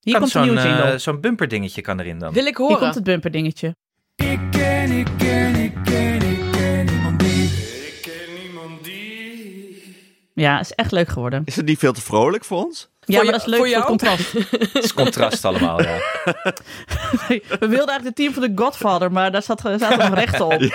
Speaker 4: Kan
Speaker 1: komt een
Speaker 4: zo'n
Speaker 1: nieuwe jingle.
Speaker 4: eh, zo'n bumper dingetje kan erin dan.
Speaker 3: Wil ik
Speaker 1: Hier
Speaker 3: horen.
Speaker 1: komt het bumper dingetje.
Speaker 5: Ik ken, ik ken, ik ken, ik ken niemand die. Ik ken niemand die.
Speaker 1: Ja, is echt leuk geworden.
Speaker 2: Is het niet veel te vrolijk voor ons?
Speaker 1: Ja, maar
Speaker 3: je-
Speaker 1: dat is leuk voor,
Speaker 3: voor
Speaker 1: het
Speaker 3: jou?
Speaker 1: contrast.
Speaker 4: Het is contrast allemaal, ja.
Speaker 1: Nee, We wilden eigenlijk het team van de Godfather, maar daar zat, zaten nog rechten op.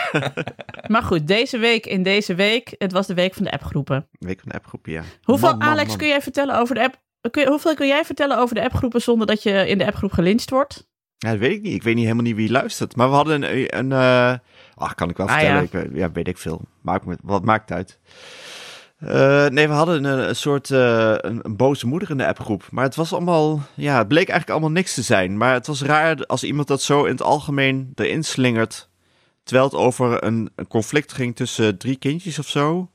Speaker 1: Maar goed, deze week in deze week, het was de week van de appgroepen.
Speaker 2: Week van de appgroepen, ja.
Speaker 1: Hoeveel,
Speaker 2: Man, man,
Speaker 1: Alex,
Speaker 2: man.
Speaker 1: kun jij vertellen over de app... kun je- hoeveel kun jij vertellen over de appgroepen zonder dat je in de appgroep gelyncht wordt?
Speaker 2: Ja, dat weet ik niet. Ik weet niet helemaal niet wie luistert. Maar we hadden een... een eh, Ach, kan ik wel
Speaker 1: Ah,
Speaker 2: vertellen.
Speaker 1: ja.
Speaker 2: Ik weet- ja, weet ik veel. Maakt me, wat maakt het uit? Eh, nee, we hadden een, een soort eh, een, een boze moeder in de appgroep. Maar het was allemaal... Ja, het bleek eigenlijk allemaal niks te zijn. Maar het was raar als iemand dat zo in het algemeen erin slingert. Terwijl het over een, een conflict ging tussen drie kindjes of zo.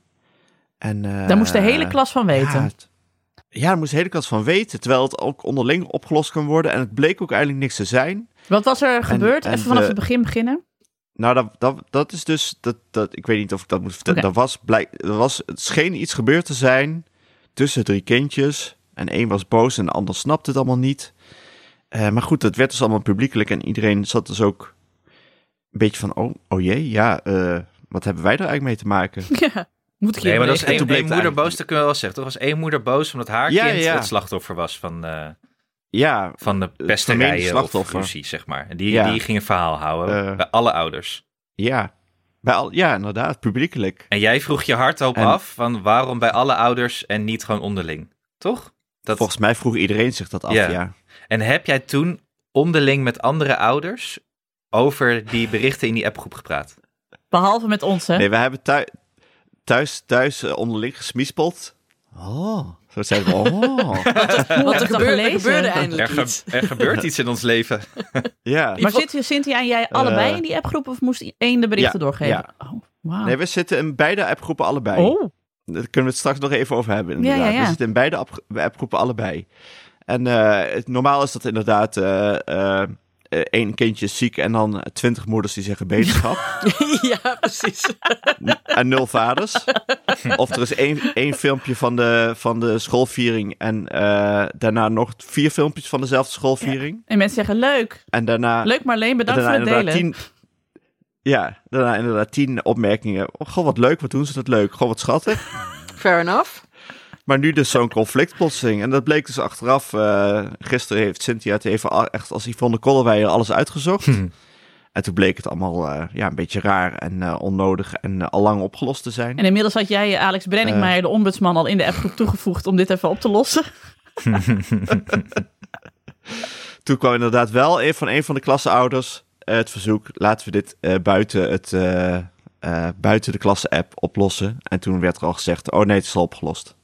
Speaker 2: En, eh,
Speaker 1: Daar moest de hele klas van
Speaker 2: ja,
Speaker 1: weten.
Speaker 2: het- Ja, daar moest de hele klas van weten. Terwijl het ook onderling opgelost kan worden. En het bleek ook eigenlijk niks te zijn.
Speaker 1: Wat was er gebeurd?
Speaker 2: en
Speaker 1: Even vanaf
Speaker 2: de-
Speaker 1: het begin beginnen.
Speaker 2: Nou, dat, dat, dat is dus. Dat, dat, ik weet niet of ik dat moet vertellen.
Speaker 1: Oké.
Speaker 2: Er, was blijk, er was. Het scheen iets gebeurd te zijn. Tussen drie kindjes. En één was boos en de ander snapte het allemaal niet. Eh, maar goed, dat werd dus allemaal publiekelijk. En iedereen zat dus ook. Een beetje van. Oh, oh jee, ja. eh, wat hebben wij er eigenlijk mee te maken?
Speaker 1: Ja, moet ik hier
Speaker 4: Nee, maar dat
Speaker 1: mee
Speaker 4: is
Speaker 2: En toen
Speaker 4: één,
Speaker 2: bleek
Speaker 4: één
Speaker 2: het
Speaker 4: moeder
Speaker 2: eigenlijk-
Speaker 4: boos, dat kunnen we wel zeggen. toch? Er was één moeder boos omdat haar
Speaker 2: Ja,
Speaker 4: kind
Speaker 2: ja.
Speaker 4: het slachtoffer was van, eh,
Speaker 2: Ja,
Speaker 4: van de
Speaker 2: vermeende
Speaker 4: pesterijen of
Speaker 2: slachtoffer.
Speaker 4: ruzie, zeg maar. En die,
Speaker 2: Ja.
Speaker 4: die ging een verhaal houden
Speaker 2: Eh.
Speaker 4: bij alle ouders.
Speaker 2: ja. Bij al, ja, inderdaad, publiekelijk.
Speaker 4: En jij vroeg je hardop
Speaker 2: En-
Speaker 4: af van waarom bij alle ouders en niet gewoon onderling, toch? Dat...
Speaker 2: Volgens mij vroeg iedereen zich dat af,
Speaker 4: Ja.
Speaker 2: ja.
Speaker 4: En heb jij toen onderling met andere ouders over die berichten in die appgroep gepraat?
Speaker 1: Behalve met ons, hè?
Speaker 2: Nee, we hebben thuis, thuis, thuis eh, onderling gesmiespeld. Oh, zo zeiden we, oh.
Speaker 1: Wat
Speaker 3: Er gebeurde, er gebeurde eindelijk
Speaker 4: Er, ge-
Speaker 3: iets.
Speaker 4: er gebeurt iets in ons leven.
Speaker 2: ja.
Speaker 1: Maar zitten Cynthia en jij allebei
Speaker 2: Eh,
Speaker 1: in die appgroep of moest één de berichten
Speaker 2: ja,
Speaker 1: doorgeven?
Speaker 2: ja.
Speaker 1: Oh, wauw.
Speaker 2: Nee, we zitten in beide appgroepen allebei.
Speaker 1: oh,
Speaker 2: Daar kunnen we het straks nog even over
Speaker 1: Ja,
Speaker 2: hebben.
Speaker 1: ja,
Speaker 2: Inderdaad.
Speaker 1: ja.
Speaker 2: We zitten in beide app- appgroepen allebei. En eh, het, normaal is dat inderdaad eh, eh, eh, één kindje is ziek en dan twintig moeders die zeggen beterschap.
Speaker 3: ja, precies.
Speaker 2: en nul vaders. Of er is één, één filmpje van de, van de schoolviering en eh, daarna nog vier filmpjes van dezelfde schoolviering.
Speaker 1: en mensen zeggen leuk.
Speaker 2: En daarna,
Speaker 1: Leuk Marleen, bedankt
Speaker 2: daarna
Speaker 1: voor het
Speaker 2: inderdaad
Speaker 1: delen.
Speaker 2: tien... Ja, daarna inderdaad tien opmerkingen. Oh, goh, wat leuk, wat doen ze dat leuk. Goh, wat schattig.
Speaker 3: Fair enough.
Speaker 2: Maar nu dus zo'n conflict plotseling. En dat bleek dus achteraf. eh, gisteren heeft Cynthia het even a- echt als Yvonne Kollewijer alles uitgezocht. En toen bleek het allemaal eh, ja, een beetje raar en eh, onnodig en eh, al lang opgelost te zijn.
Speaker 1: En inmiddels had jij eh, Alex Brenningmeijer, de ombudsman, al in de appgroep toegevoegd om dit even op te lossen.
Speaker 2: Toen kwam inderdaad wel een van een van de klasseouders eh, het verzoek: laten we dit eh, buiten, het, eh, eh, buiten de klasse-app oplossen. En toen werd er al gezegd: oh nee, het is al opgelost.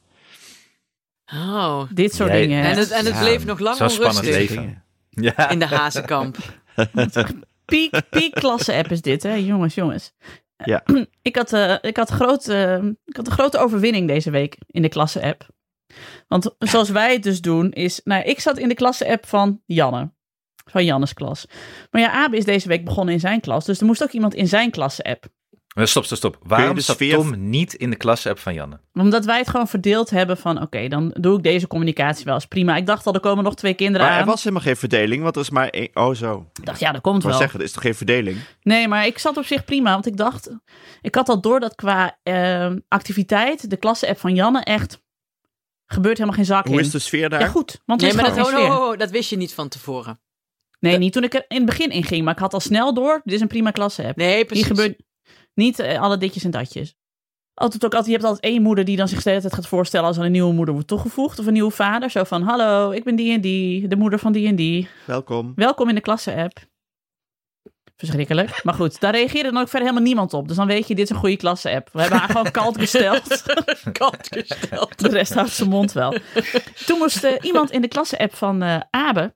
Speaker 3: Oh.
Speaker 1: Dit soort
Speaker 4: Jij-
Speaker 1: dingen.
Speaker 3: En het, en het
Speaker 4: Ja,
Speaker 3: bleef nog lang
Speaker 4: Zo'n spannend
Speaker 3: onrustig
Speaker 4: leven. Ja.
Speaker 3: in de hazenkamp.
Speaker 1: Piek, piek klasse-app is dit, hè? Jongens, jongens.
Speaker 2: Ja.
Speaker 1: Ik had, eh, ik, had groot, eh, ik had een grote overwinning deze week in de klasse-app. Want zoals wij het dus doen is... Nou, ik zat in de klasse-app van Janne. Van Jannes klas. Maar ja, Abe is deze week begonnen in zijn klas. Dus er moest ook iemand in zijn klasse-app.
Speaker 4: Maar Stop, stop, stop. Waarom
Speaker 2: de
Speaker 4: zat
Speaker 2: sfeer-
Speaker 4: Tom niet in de klasse-app van Janne?
Speaker 1: Omdat wij het gewoon verdeeld hebben van... Oké, dan doe ik deze communicatie wel eens prima. Ik dacht al, er komen nog twee kinderen
Speaker 2: Maar er
Speaker 1: aan.
Speaker 2: was helemaal geen verdeling, want er is maar één. Oh, zo.
Speaker 1: Ik dacht, ja, dat komt
Speaker 2: Maar
Speaker 1: wel.
Speaker 2: zeggen, er is toch geen verdeling?
Speaker 1: Nee, maar ik zat op zich prima. Want ik dacht, ik had al door dat qua ehm, activiteit de klasse-app van Janne echt gebeurt helemaal geen zak
Speaker 2: Hoe
Speaker 1: in.
Speaker 2: is de sfeer daar?
Speaker 1: ja, goed. Want er
Speaker 3: Nee,
Speaker 1: is
Speaker 3: maar dat, oh,
Speaker 1: gewoon
Speaker 3: ho,
Speaker 1: geen
Speaker 3: ho,
Speaker 1: sfeer.
Speaker 3: ho, dat wist je niet van tevoren.
Speaker 1: Nee, niet toen ik er in het begin in ging. Maar ik had al snel door, dit is een prima klasse-app.
Speaker 3: Nee, precies.
Speaker 1: Hier gebeurt niet eh, alle ditjes en datjes. Altijd ook altijd, je hebt altijd één moeder die dan zich de hele tijd gaat voorstellen als er een nieuwe moeder wordt toegevoegd. Of een nieuwe vader. Zo van, hallo, ik ben die en die. De moeder van die en die.
Speaker 2: Welkom.
Speaker 1: Welkom in de klasse-app. Verschrikkelijk. Maar goed, daar reageerde dan ook verder helemaal niemand op. Dus dan weet je, dit is een goede klasse-app. We hebben haar gewoon kalt gesteld.
Speaker 3: kant gesteld.
Speaker 1: De rest houdt zijn mond wel. Toen moest eh, iemand in de klasse-app van eh, Abe.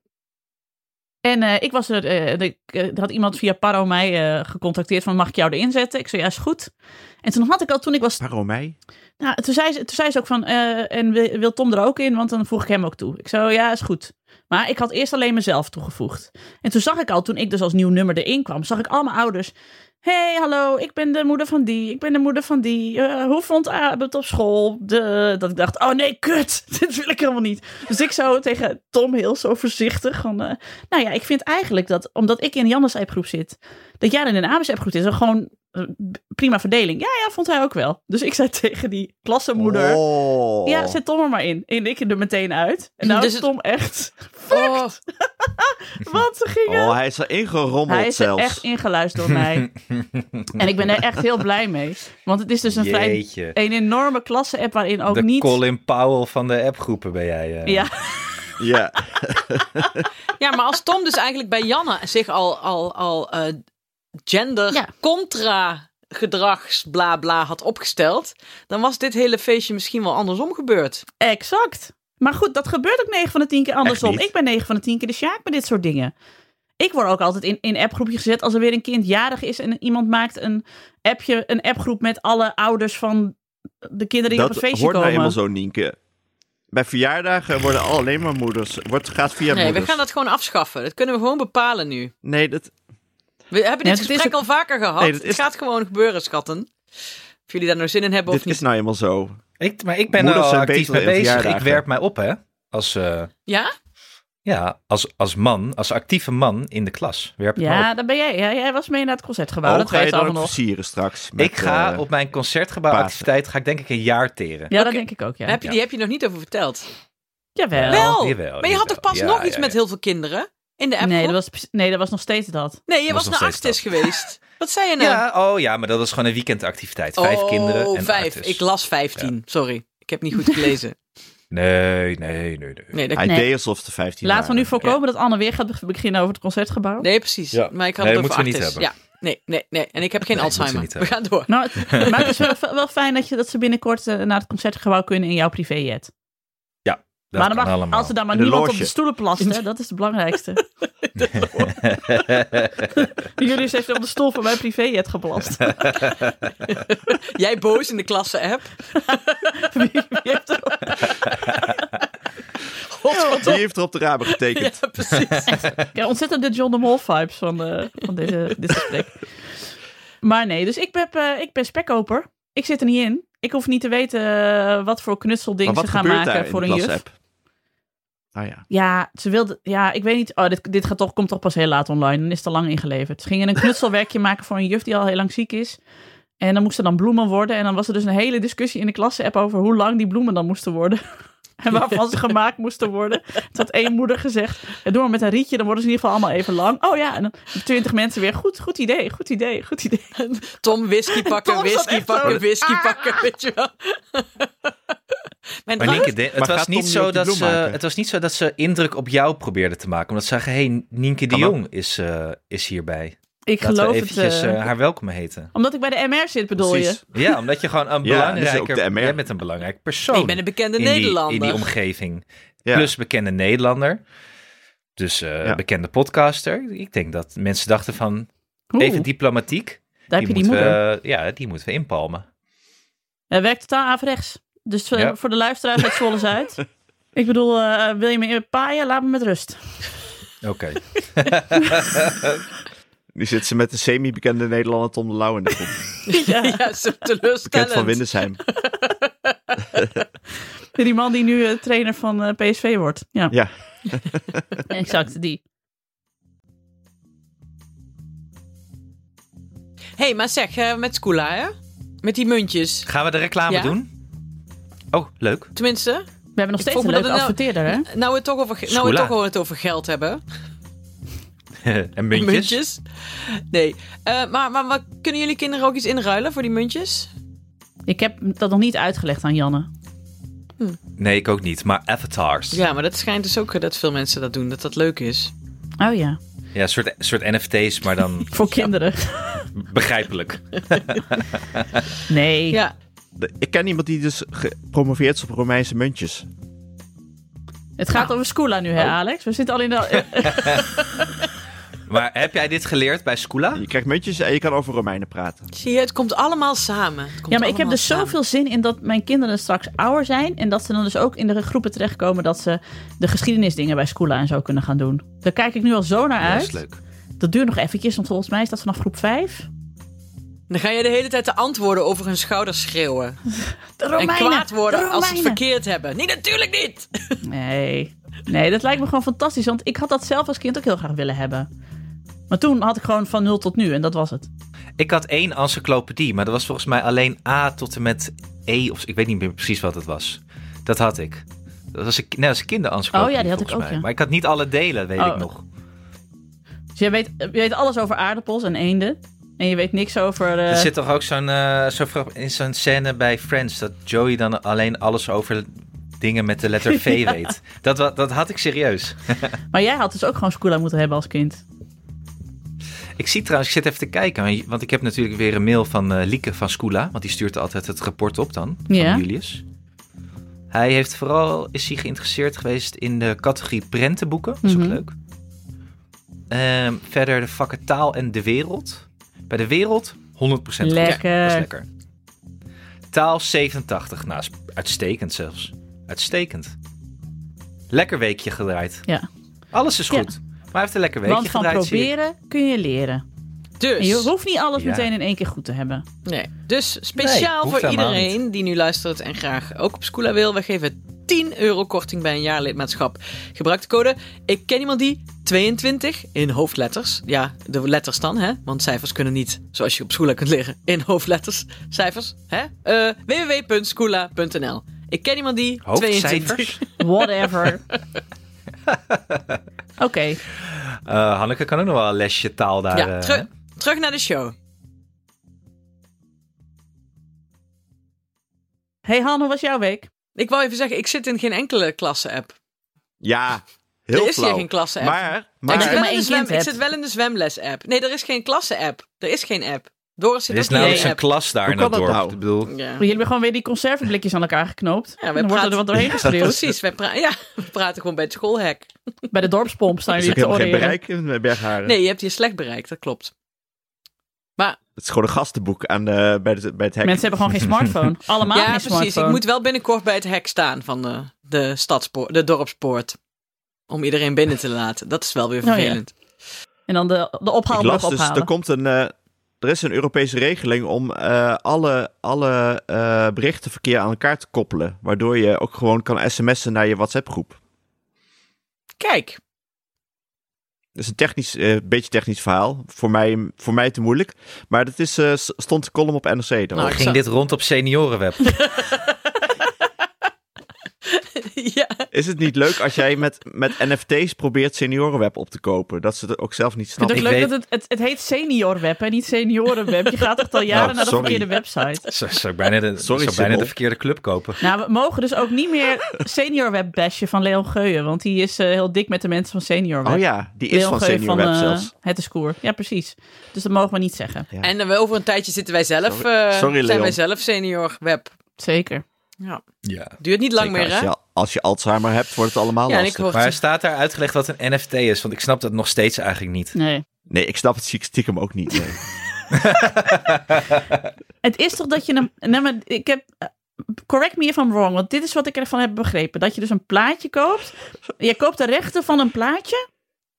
Speaker 1: En eh, ik was er, eh, de- eh, er had iemand via Paro mij eh, gecontacteerd van mag ik jou erin zetten? Ik zei ja is goed. En toen had ik al, toen ik was
Speaker 2: Waarom mij?
Speaker 1: nou, toen zei ze, toen zei ze ook van, eh, en wil, wil Tom er ook in? Want dan voeg ik hem ook toe. Ik zei, oh ja, is goed. Maar ik had eerst alleen mezelf toegevoegd. En toen zag ik al, toen ik dus als nieuw nummer erin kwam, zag ik al mijn ouders. hey, hallo, ik ben de moeder van die, ik ben de moeder van die. Eh, hoe vond Abe het op school? De, dat ik dacht, oh nee, kut, dit wil ik helemaal niet. Dus ik zo tegen Tom heel zo voorzichtig van, eh, nou ja, ik vind eigenlijk dat, omdat ik in Jannes appgroep zit, dat jij in een Abes appgroep zit, is dan gewoon eh, prima verdeling. Ja, ja, vond hij ook wel. Dus ik zei tegen die klassenmoeder,
Speaker 2: Oh.
Speaker 1: ja, zet Tom er maar in. En ik er meteen uit. En nou
Speaker 3: Dus
Speaker 1: is
Speaker 3: het-
Speaker 1: Tom echt,
Speaker 3: Oh,
Speaker 1: want ze gingen...
Speaker 2: Oh, hij is er ingerommeld
Speaker 1: Hij is er
Speaker 2: zelfs.
Speaker 1: echt ingeluisterd door mij. en ik ben er echt heel blij mee. Want het is dus een, vrij,
Speaker 4: Jeetje.
Speaker 1: een enorme klasse-app waarin ook
Speaker 4: de
Speaker 1: niet...
Speaker 4: Colin Powell van de appgroepen ben jij. eh.
Speaker 1: Ja,
Speaker 2: Ja.
Speaker 3: Ja, maar als Tom dus eigenlijk bij Janne zich al, al, al eh, gender
Speaker 1: Ja.
Speaker 3: contra gedragsbla bla had opgesteld, dan was dit hele feestje misschien wel andersom gebeurd.
Speaker 1: exact. Maar goed, dat gebeurt ook 9 van de 10 keer andersom.
Speaker 2: niet.
Speaker 1: Ik ben 9 van de 10 keer de Sjaak bij dit soort dingen. Ik word ook altijd in, in appgroepjes gezet als er weer een kind jarig is en iemand maakt een, appje, een appgroep met alle ouders van de kinderen die op
Speaker 2: Dat
Speaker 1: het feestje
Speaker 2: hoort nou
Speaker 1: komen.
Speaker 2: eenmaal zo, Nienke. Bij verjaardagen worden al alleen maar moeders. Wordt, gaat via
Speaker 3: nee, we
Speaker 2: moeders.
Speaker 3: gaan dat gewoon afschaffen. Dat kunnen we gewoon bepalen nu.
Speaker 2: Nee, dat...
Speaker 3: We hebben dit
Speaker 1: het is
Speaker 3: gesprek
Speaker 1: ook-
Speaker 3: al vaker gehad.
Speaker 2: Nee, dat
Speaker 3: Het
Speaker 2: is-
Speaker 3: gaat gewoon gebeuren, schatten. Of jullie daar nou zin in hebben
Speaker 2: Dit
Speaker 3: of niet.
Speaker 2: is nou eenmaal zo.
Speaker 4: Ik, maar ik ben
Speaker 2: Moeders
Speaker 4: er al
Speaker 2: zijn
Speaker 4: actief
Speaker 2: beter
Speaker 4: mee
Speaker 2: in
Speaker 4: bezig. Ik
Speaker 2: verjaardagen.
Speaker 4: werp mij op, hè. Als, eh,
Speaker 3: Ja?
Speaker 4: ja, als, als man, als actieve man in de klas. Werp ik mij op.
Speaker 1: Ja, daar ben jij. Ja, jij was mee naar het concertgebouw.
Speaker 2: Ook
Speaker 1: dat
Speaker 2: Oh. ga
Speaker 1: weet
Speaker 2: je
Speaker 1: ze
Speaker 2: dan ook
Speaker 1: allemaal nog.
Speaker 2: versieren straks. met,
Speaker 4: Ik ga
Speaker 2: eh,
Speaker 4: op mijn concertgebouwactiviteit ga ik denk ik een jaar teren.
Speaker 1: Ja, dat
Speaker 3: Oké.
Speaker 1: denk ik ook, ja.
Speaker 3: Dan Heb je, die heb je nog niet over verteld.
Speaker 1: Jawel.
Speaker 3: Wel,
Speaker 4: jawel,
Speaker 3: maar je had
Speaker 4: jawel.
Speaker 3: toch pas
Speaker 4: Ja,
Speaker 3: nog
Speaker 4: ja,
Speaker 3: iets
Speaker 4: ja.
Speaker 3: met heel veel kinderen? In de app.
Speaker 1: Nee dat, was, pers- nee, dat was nog steeds dat.
Speaker 3: nee je
Speaker 4: was
Speaker 3: was,
Speaker 4: nog
Speaker 3: naar
Speaker 4: steeds
Speaker 3: Actis geweest. Wat zei je nou?
Speaker 4: Ja, oh ja, maar dat was gewoon een weekendactiviteit. Vijf
Speaker 3: oh,
Speaker 4: kinderen en
Speaker 3: vijf.
Speaker 4: Artis.
Speaker 3: Ik las vijftien. Sorry. Ik heb niet goed gelezen.
Speaker 4: Nee, nee, nee, nee.
Speaker 3: Nee, dat...
Speaker 2: Hij
Speaker 1: Nee.
Speaker 2: deed alsof de 15
Speaker 1: Laten we nu
Speaker 2: waren.
Speaker 1: voorkomen dat Anne weer gaat be- beginnen over het concertgebouw.
Speaker 3: nee precies.
Speaker 4: Ja.
Speaker 3: Maar ik had
Speaker 4: Nee,
Speaker 3: het
Speaker 4: dat
Speaker 3: over
Speaker 4: moeten we niet
Speaker 3: Actis. Ja. Nee, nee, nee. En ik heb geen
Speaker 4: Nee, dat moeten
Speaker 3: Alzheimer.
Speaker 4: we niet
Speaker 3: We gaan door.
Speaker 1: Nou, het- maar het is wel, wel fijn dat, je, dat ze binnenkort eh, naar het concertgebouw kunnen in jouw privéjet.
Speaker 4: Dat
Speaker 1: maar dan
Speaker 4: kan
Speaker 1: mag,
Speaker 4: allemaal.
Speaker 1: als er dan maar
Speaker 2: In de
Speaker 1: niemand op
Speaker 2: loge.
Speaker 1: de stoelen plast, hè, dat is het belangrijkste. Jullie heeft op de stoel van mijn privéjet geplast.
Speaker 3: Jij boos in de klasse-app.
Speaker 1: Wie- wie heeft er-
Speaker 2: Die heeft er op de ramen getekend.
Speaker 3: Ja, precies.
Speaker 1: Ik heb ontzettend de John de Mol vibes van, eh, van deze, dit gesprek. Maar nee, dus ik ben, eh, ik ben spekkoper. Ik zit er niet in. Ik hoef niet te weten eh, wat voor
Speaker 2: Maar
Speaker 1: knutselding ze
Speaker 2: wat
Speaker 1: gaan
Speaker 2: gebeurt daar
Speaker 1: maken
Speaker 2: in
Speaker 1: voor
Speaker 2: de
Speaker 1: een juf.
Speaker 2: klasapp? Ah ja.
Speaker 1: Ja, ze wilde. Ja, ik weet niet. Oh, dit, dit gaat toch, komt toch pas heel laat online. Dan is het al lang ingeleverd. Ze gingen een knutselwerkje maken voor een juf die al heel lang ziek is. En dan moesten dan bloemen worden. En dan was er dus een hele discussie in de klasse-app over hoe lang die bloemen dan moesten worden. En waarvan ze gemaakt moesten worden. Toen had één moeder gezegd: "Ja, Doe maar met een rietje, dan worden ze in ieder geval allemaal even lang. Oh ja, en dan twintig mensen weer. Goed, goed idee, goed idee, goed idee.
Speaker 3: Tom, whisky pakken,
Speaker 1: Tom zat
Speaker 3: whisky
Speaker 1: echt zo-
Speaker 3: pakken, whisky pakken, weet je wel. Mijn
Speaker 4: Ah. Maar
Speaker 3: drank-
Speaker 4: Nienke, de- het,
Speaker 2: Maar
Speaker 4: was
Speaker 2: gaat
Speaker 4: niet
Speaker 2: Tom
Speaker 4: zo
Speaker 2: nu ook die
Speaker 4: dat ze,
Speaker 2: bloem maken?
Speaker 4: het was niet zo dat ze indruk op jou probeerde te maken. Omdat ze zagen, hé, hey, Nienke de
Speaker 2: Hallo.
Speaker 4: Jong is, eh, is hierbij.
Speaker 1: Ik
Speaker 4: Laten
Speaker 1: geloof
Speaker 4: we
Speaker 1: het.
Speaker 4: eventjes
Speaker 1: eh,
Speaker 4: eh, haar welkom heten.
Speaker 1: omdat ik bij de MR zit, bedoel
Speaker 2: Precies.
Speaker 1: je?
Speaker 4: Ja, omdat je gewoon een
Speaker 2: Ja, en dat is
Speaker 4: belangrijke...
Speaker 2: ook de MR.
Speaker 4: jij bent een belangrijk persoon.
Speaker 3: Ik ben een bekende
Speaker 4: in die-
Speaker 3: Nederlander.
Speaker 4: in die omgeving.
Speaker 2: Ja.
Speaker 4: Plus bekende Nederlander. Dus eh,
Speaker 2: Ja.
Speaker 4: bekende podcaster. Ik denk dat mensen dachten van,
Speaker 1: Oeh,
Speaker 4: even diplomatiek.
Speaker 1: daar heb je die
Speaker 4: moeten
Speaker 1: moeder.
Speaker 4: we- ja, die moeten we inpalmen.
Speaker 1: Hij werkt totaal averechts. Dus eh,
Speaker 4: Ja.
Speaker 1: voor de luisteraars uit Zwolle Zuid. Ik bedoel, eh, wil je me paaien? Laat me met rust.
Speaker 4: Oké.
Speaker 2: Nu zit ze met de semi-bekende Nederlander Tom de Lauw in de groep.
Speaker 3: ja. zo
Speaker 2: Bekend
Speaker 3: teleurstellend.
Speaker 2: van Windesheim.
Speaker 1: Die man die nu eh, trainer van eh, PSV wordt. Ja,
Speaker 2: Ja.
Speaker 1: exact, die.
Speaker 3: hey, maar zeg, eh, met Skoola, hè? Met die muntjes.
Speaker 4: Gaan we de reclame
Speaker 3: Ja.
Speaker 4: doen? Oh, leuk.
Speaker 3: Tenminste,
Speaker 1: We hebben nog steeds
Speaker 3: vroeg
Speaker 1: een
Speaker 3: me dat
Speaker 1: leuke
Speaker 3: het nou-
Speaker 1: adverteerder, hè?
Speaker 3: nou we toch over, ge- nou we
Speaker 4: Skoola.
Speaker 3: toch over het over geld hebben.
Speaker 4: en muntjes.
Speaker 3: Muntjes. Nee. Eh, maar, maar, wat- kunnen jullie kinderen ook iets inruilen voor die muntjes?
Speaker 1: Ik heb dat nog niet uitgelegd aan Janne.
Speaker 4: Nee, ik ook niet. Maar avatars. Ja,
Speaker 3: Ja, maar dat schijnt dus ook eh, dat veel mensen dat doen, dat dat leuk is.
Speaker 1: Oh ja,
Speaker 4: een soort, soort NFT's, maar dan
Speaker 1: voor kinderen.
Speaker 4: begrijpelijk.
Speaker 1: Nee.
Speaker 3: Ja.
Speaker 2: De- Ik ken iemand die dus gepromoveerd is op Romeinse muntjes.
Speaker 1: Het gaat over Skoola nu, hè, Alex? We zitten al in de... eh,
Speaker 4: Maar heb jij dit geleerd bij Skoola?
Speaker 2: Je krijgt muntjes en je kan over Romeinen praten.
Speaker 3: Zie je, het komt allemaal samen. Het komt
Speaker 1: ja, maar ik heb
Speaker 3: allemaal
Speaker 1: dus
Speaker 3: samen.
Speaker 1: zoveel zin in dat mijn kinderen straks ouder zijn. En dat ze dan dus ook in de groepen terechtkomen dat ze de geschiedenisdingen bij Skoola en zo kunnen gaan doen. Daar kijk ik nu al zo naar
Speaker 4: Dat
Speaker 1: uit.
Speaker 4: is leuk.
Speaker 1: Dat duurt nog eventjes, want volgens mij is dat vanaf groep 5.
Speaker 3: Dan ga je de hele tijd de antwoorden over hun schouders schreeuwen.
Speaker 1: De
Speaker 3: en kwaad worden
Speaker 1: de
Speaker 3: als ze het
Speaker 1: Romeinen.
Speaker 3: verkeerd hebben. Nee, natuurlijk niet!
Speaker 1: Nee. nee, dat lijkt me gewoon fantastisch. Want ik had dat zelf als kind ook heel graag willen hebben. Maar toen had ik gewoon van 0 tot nu en dat was het.
Speaker 4: Ik had één encyclopedie, maar dat was volgens mij alleen A tot en met E. Of ik weet niet meer precies wat het was. Dat had ik. Dat was een, nee, dat was een kinderencyclopedie.
Speaker 1: Oh ja, die had ik
Speaker 4: volgens
Speaker 1: ook,
Speaker 4: mij.
Speaker 1: ja.
Speaker 4: Maar ik had niet alle delen, weet
Speaker 1: Oh.
Speaker 4: ik nog.
Speaker 1: Dus je weet, je weet alles over aardappels en eenden. En je weet niks over... eh,
Speaker 4: Er zit toch ook zo'n eh, zo'n vrouw- in zo'n scène bij Friends dat Joey dan alleen alles over dingen met de letter V weet. Dat, wa- dat had ik serieus.
Speaker 1: Maar jij had dus ook gewoon Skoola moeten hebben als kind.
Speaker 4: Ik zie trouwens, ik zit even te kijken, want ik heb natuurlijk weer een mail van eh, Lieke van Skoola, want die stuurt altijd het rapport op dan, van
Speaker 1: Ja.
Speaker 4: Julius. Hij heeft vooral, is hij geïnteresseerd geweest in de categorie prentenboeken, dat is
Speaker 1: Mhm.
Speaker 4: ook leuk. Ehm, verder de vakken taal en de wereld. Bij de wereld 100% goed.
Speaker 1: Lekker.
Speaker 4: Dat is lekker. Taal 87, nou is uitstekend zelfs. Uitstekend. Lekker weekje gedraaid.
Speaker 1: Ja.
Speaker 4: Alles is
Speaker 1: Ja.
Speaker 4: goed. Maar hij heeft een lekker weekje
Speaker 1: Want van
Speaker 4: gedraaid. zie ik.
Speaker 1: proberen kun je leren. En
Speaker 3: Dus,
Speaker 1: je hoeft niet alles
Speaker 4: Ja.
Speaker 1: meteen in één keer goed te hebben.
Speaker 3: nee. dus
Speaker 4: Nee,
Speaker 3: speciaal
Speaker 4: hoeft
Speaker 3: voor
Speaker 4: helemaal
Speaker 3: iedereen die nu luistert en graag ook op Skoola wil, we geven 10 euro korting bij een jaar lidmaatschap. Gebruik de code Ik ken iemand die 22 in hoofdletters. Ja, de letters dan, hè? Want cijfers kunnen niet, zoals je op Skoola kunt leren, in hoofdletters. Cijfers, hè? Eh www.skoola.nl. Ik ken iemand die 22.
Speaker 4: Hoofdcijfers?
Speaker 1: Whatever. Oké.
Speaker 4: Eh, Hanneke kan ook nog wel een lesje taal daar.
Speaker 3: ja,
Speaker 4: eh,
Speaker 3: teru- terug naar de show.
Speaker 1: Hey Han, hoe was jouw week?
Speaker 3: Ik wou even zeggen, ik zit in geen enkele klasse-app.
Speaker 2: Ja, heel
Speaker 3: er is
Speaker 2: flauw.
Speaker 3: hier geen klasse-app.
Speaker 2: Maar,
Speaker 3: ik,
Speaker 1: maar
Speaker 3: zit
Speaker 1: één
Speaker 3: wel in de
Speaker 1: kind
Speaker 3: zwem- ik
Speaker 1: hebt.
Speaker 3: zit wel in de zwemles-app. Nee, er is geen klasse-app. Er is geen app. Doris zit
Speaker 4: Er is
Speaker 3: ook in
Speaker 4: nauwelijks
Speaker 3: geen
Speaker 4: een
Speaker 3: app.
Speaker 4: klas daar
Speaker 2: Hoe
Speaker 4: in dat
Speaker 2: kan dat
Speaker 4: dorp.
Speaker 2: nou?
Speaker 4: Ik bedoel,
Speaker 3: Ja.
Speaker 1: Jullie hebben gewoon weer die conserveblikjes aan elkaar geknoopt.
Speaker 3: wij
Speaker 1: en dan wordt er
Speaker 3: praten-
Speaker 1: wat doorheen geschreeuwd.
Speaker 3: Precies, wij pra- ja, we praten gewoon bij het schoolhek.
Speaker 1: Bij de dorpspomp staan
Speaker 2: Er is
Speaker 1: jullie
Speaker 2: ook
Speaker 1: te
Speaker 2: helemaal geen
Speaker 1: oreren.
Speaker 2: bereik in Bergharen.
Speaker 3: Nee, je hebt hier slecht bereikt, dat klopt. Maar
Speaker 2: Het is gewoon een gastenboek aan de, bij, de, bij het hek.
Speaker 1: Mensen hebben gewoon geen smartphone. Allemaal
Speaker 3: ja,
Speaker 1: geen
Speaker 3: precies.
Speaker 1: smartphone.
Speaker 3: Ik dus moet wel binnenkort bij het hek staan van de, de, stadspoort, de dorpspoort. Om iedereen binnen te laten. Dat is wel weer
Speaker 1: Oh, ja.
Speaker 3: vervelend.
Speaker 1: En dan de, de
Speaker 2: Ik
Speaker 1: ophaalbrug
Speaker 2: las dus,
Speaker 1: ophalen.
Speaker 2: er komt een... eh, er is een Europese regeling om eh, alle, alle eh, berichtenverkeer aan elkaar te koppelen. Waardoor je ook gewoon kan sms'en naar je WhatsApp-groep.
Speaker 3: Kijk,
Speaker 2: Dat is een technisch, eh, beetje technisch verhaal. Voor mij, voor mij te moeilijk. Maar dat is, eh, s- stond de column op NRC. daarover.
Speaker 3: Nou, ik
Speaker 4: ging
Speaker 3: zou-
Speaker 4: dit rond op seniorenweb?
Speaker 3: ja,
Speaker 2: Is het niet leuk als jij met, met NFT's probeert seniorenweb op te kopen? Dat ze het ook zelf niet
Speaker 1: Ik vind
Speaker 2: snappen.
Speaker 1: het
Speaker 4: Ik
Speaker 1: ook leuk
Speaker 4: weet-
Speaker 1: dat het, het, het heet seniorweb en niet seniorenweb. Je gaat toch al jaren
Speaker 2: Nou,
Speaker 1: naar de
Speaker 2: sorry.
Speaker 1: verkeerde website.
Speaker 4: Zo- Zou ik bijna de,
Speaker 2: Sorry,
Speaker 4: zou bijna
Speaker 2: Simmel.
Speaker 4: de verkeerde club kopen?
Speaker 1: Nou, we mogen dus ook niet meer seniorweb bashen van Leon Geuyen. Want die is eh, heel dik met de mensen van seniorweb.
Speaker 2: Oh ja, die is
Speaker 1: Leon
Speaker 2: van
Speaker 1: Geuyen
Speaker 2: seniorenweb
Speaker 1: eh,
Speaker 2: zelfs.
Speaker 1: Het is koer. Ja, precies. Dus dat mogen we niet zeggen.
Speaker 2: Ja.
Speaker 3: en dan we- over een tijdje zitten wij zelf,
Speaker 2: Sorry.
Speaker 3: eh,
Speaker 2: Sorry,
Speaker 3: zijn
Speaker 2: Leon.
Speaker 3: wij zelf senior web.
Speaker 1: Zeker.
Speaker 3: Ja.
Speaker 4: Ja.
Speaker 3: Duurt niet lang
Speaker 2: Zeker
Speaker 3: meer, hè?
Speaker 2: als, je, als je Alzheimer hebt, wordt het allemaal
Speaker 3: ja, en ik
Speaker 2: lastig.
Speaker 3: word...
Speaker 4: Maar staat daar uitgelegd wat een NFT is? Want ik snap dat nog steeds eigenlijk niet.
Speaker 1: Nee.
Speaker 2: Nee, ik snap het ziek- stiekem ook niet. nee.
Speaker 1: Het is toch dat je een. Nee, maar ik heb. eh, Correct me if I'm wrong, want dit is wat ik ervan heb begrepen. Dat je dus een plaatje koopt. Je koopt de rechten van een plaatje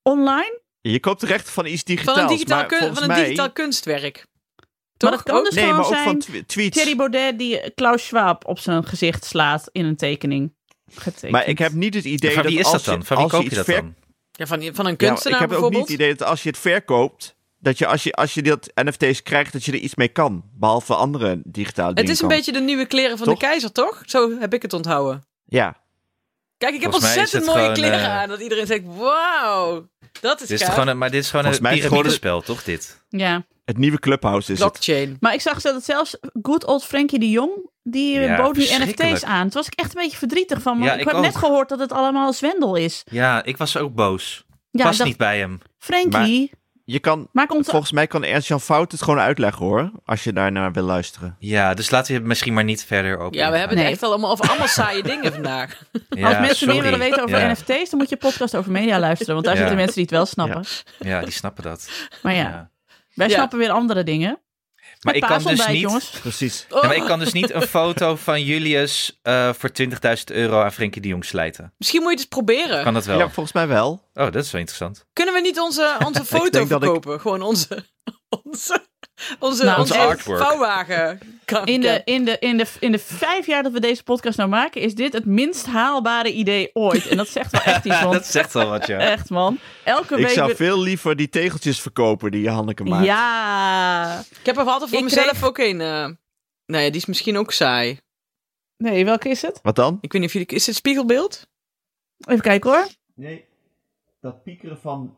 Speaker 1: online.
Speaker 2: Je koopt terecht van iets digitaals.
Speaker 3: van een, digitaal,
Speaker 2: maar
Speaker 3: kun-
Speaker 2: volgens
Speaker 3: van een
Speaker 2: mij-
Speaker 3: digitaal kunstwerk.
Speaker 1: Maar dat
Speaker 3: Toch?
Speaker 1: kan
Speaker 3: Ook?
Speaker 1: dus
Speaker 2: Nee,
Speaker 1: gewoon
Speaker 2: maar ook
Speaker 1: zijn.
Speaker 2: van twe- tweets.
Speaker 1: Thierry Baudet die Klaus Schwab op zijn gezicht slaat in een tekening. Getekend.
Speaker 2: Maar ik heb niet het idee
Speaker 4: van wie
Speaker 2: dat
Speaker 4: is dat
Speaker 2: als
Speaker 4: dan?
Speaker 2: je,
Speaker 4: Van wie
Speaker 2: als
Speaker 4: koop je
Speaker 2: iets
Speaker 4: dat
Speaker 2: ver-
Speaker 4: dan?
Speaker 3: Ja, van, van een
Speaker 2: Ja,
Speaker 3: kunstenaar
Speaker 2: ik heb ook niet
Speaker 3: bijvoorbeeld.
Speaker 2: het idee dat als je het verkoopt, dat je als je, als je dat NFT's krijgt, dat je er iets mee kan. Behalve andere digitale
Speaker 3: het
Speaker 2: dingen
Speaker 3: is een
Speaker 2: kan.
Speaker 3: beetje de nieuwe kleren van de
Speaker 2: Toch?
Speaker 3: keizer, toch? Zo heb ik het onthouden.
Speaker 2: Ja,
Speaker 3: Kijk, ik heb
Speaker 4: Volgens mij is
Speaker 3: ontzettend
Speaker 4: het
Speaker 3: mooie
Speaker 4: gewoon,
Speaker 3: kleren
Speaker 4: eh,
Speaker 3: aan. Dat iedereen zegt, wauw, dat is gaaf.
Speaker 4: Dit is toch gewoon een, maar dit is gewoon
Speaker 2: Volgens mij
Speaker 4: een
Speaker 2: is het gewoon een-
Speaker 4: piramidespel, toch? Dit?
Speaker 1: Ja.
Speaker 2: het nieuwe Clubhouse is het.
Speaker 3: Blockchain.
Speaker 1: Maar ik zag zo dat zelfs good old Frankie de Jong. Die eh,
Speaker 4: Ja,
Speaker 1: bood nu
Speaker 4: verschrikkelijk.
Speaker 1: NFT's aan. Toen was ik echt een beetje verdrietig van. Want
Speaker 4: Ja,
Speaker 1: ik,
Speaker 4: ik
Speaker 1: heb
Speaker 4: ook.
Speaker 1: net gehoord dat het allemaal zwendel is.
Speaker 4: Ja, ik was ook boos.
Speaker 1: Ja,
Speaker 4: Past
Speaker 1: ik dacht,
Speaker 4: niet bij hem.
Speaker 1: Frankie,
Speaker 2: Je kan,
Speaker 1: maak ons
Speaker 2: volgens mij kan Ernst-Jan Fout het gewoon uitleggen hoor, als je daarnaar wil luisteren.
Speaker 4: Ja, dus laten we het misschien maar niet verder open.
Speaker 3: Ja, we hebben
Speaker 1: Nee.
Speaker 3: het echt al allemaal over allemaal saaie dingen vandaag.
Speaker 4: Ja,
Speaker 1: Als mensen meer
Speaker 4: sorry.
Speaker 1: willen weten over
Speaker 4: ja,
Speaker 1: NFT's, dan moet je podcast over media luisteren. Want daar
Speaker 4: Ja.
Speaker 1: zitten mensen die het wel snappen.
Speaker 4: Ja, die snappen dat.
Speaker 1: Maar ja,
Speaker 4: Ja.
Speaker 1: wij
Speaker 3: Ja.
Speaker 1: snappen weer andere dingen.
Speaker 4: Maar ik kan dus
Speaker 1: paasontbijt,
Speaker 4: niet...
Speaker 1: jongens.
Speaker 2: Precies.
Speaker 3: Oh,
Speaker 4: Ja, maar ik kan dus niet een foto van Julius eh, voor 20.000 euro aan Frenkie de Jong slijten.
Speaker 3: Misschien moet je het eens proberen.
Speaker 4: Kan dat wel?
Speaker 2: Ja, volgens mij wel.
Speaker 4: Oh, dat is wel interessant.
Speaker 3: Kunnen we niet onze, onze foto
Speaker 2: denk dat ik-
Speaker 3: verkopen? Gewoon onze... Onze, onze,
Speaker 1: Nou,
Speaker 4: onze artwork.
Speaker 3: vouwwagen. Kan- eh,
Speaker 1: In de, in, de, in, de, in de vijf jaar dat we deze podcast nou maken, is dit het minst haalbare idee ooit. En dat Eh, zegt wel echt iets,
Speaker 4: dat
Speaker 1: want
Speaker 4: zegt wel wat, ja.
Speaker 1: echt man. Elke
Speaker 2: Ik
Speaker 1: week...
Speaker 2: zou
Speaker 1: weer-
Speaker 2: veel liever die tegeltjes verkopen die Hanneke maakt.
Speaker 1: ja.
Speaker 3: Ik heb er altijd voor
Speaker 1: Ik
Speaker 3: mezelf
Speaker 1: kreeg-
Speaker 3: ook een... eh, nou ja, die is misschien ook saai.
Speaker 1: Nee, welke is het?
Speaker 2: Wat dan?
Speaker 3: Ik weet niet of jullie... Is het spiegelbeeld?
Speaker 1: Even kijken hoor.
Speaker 2: Nee, dat piekeren van...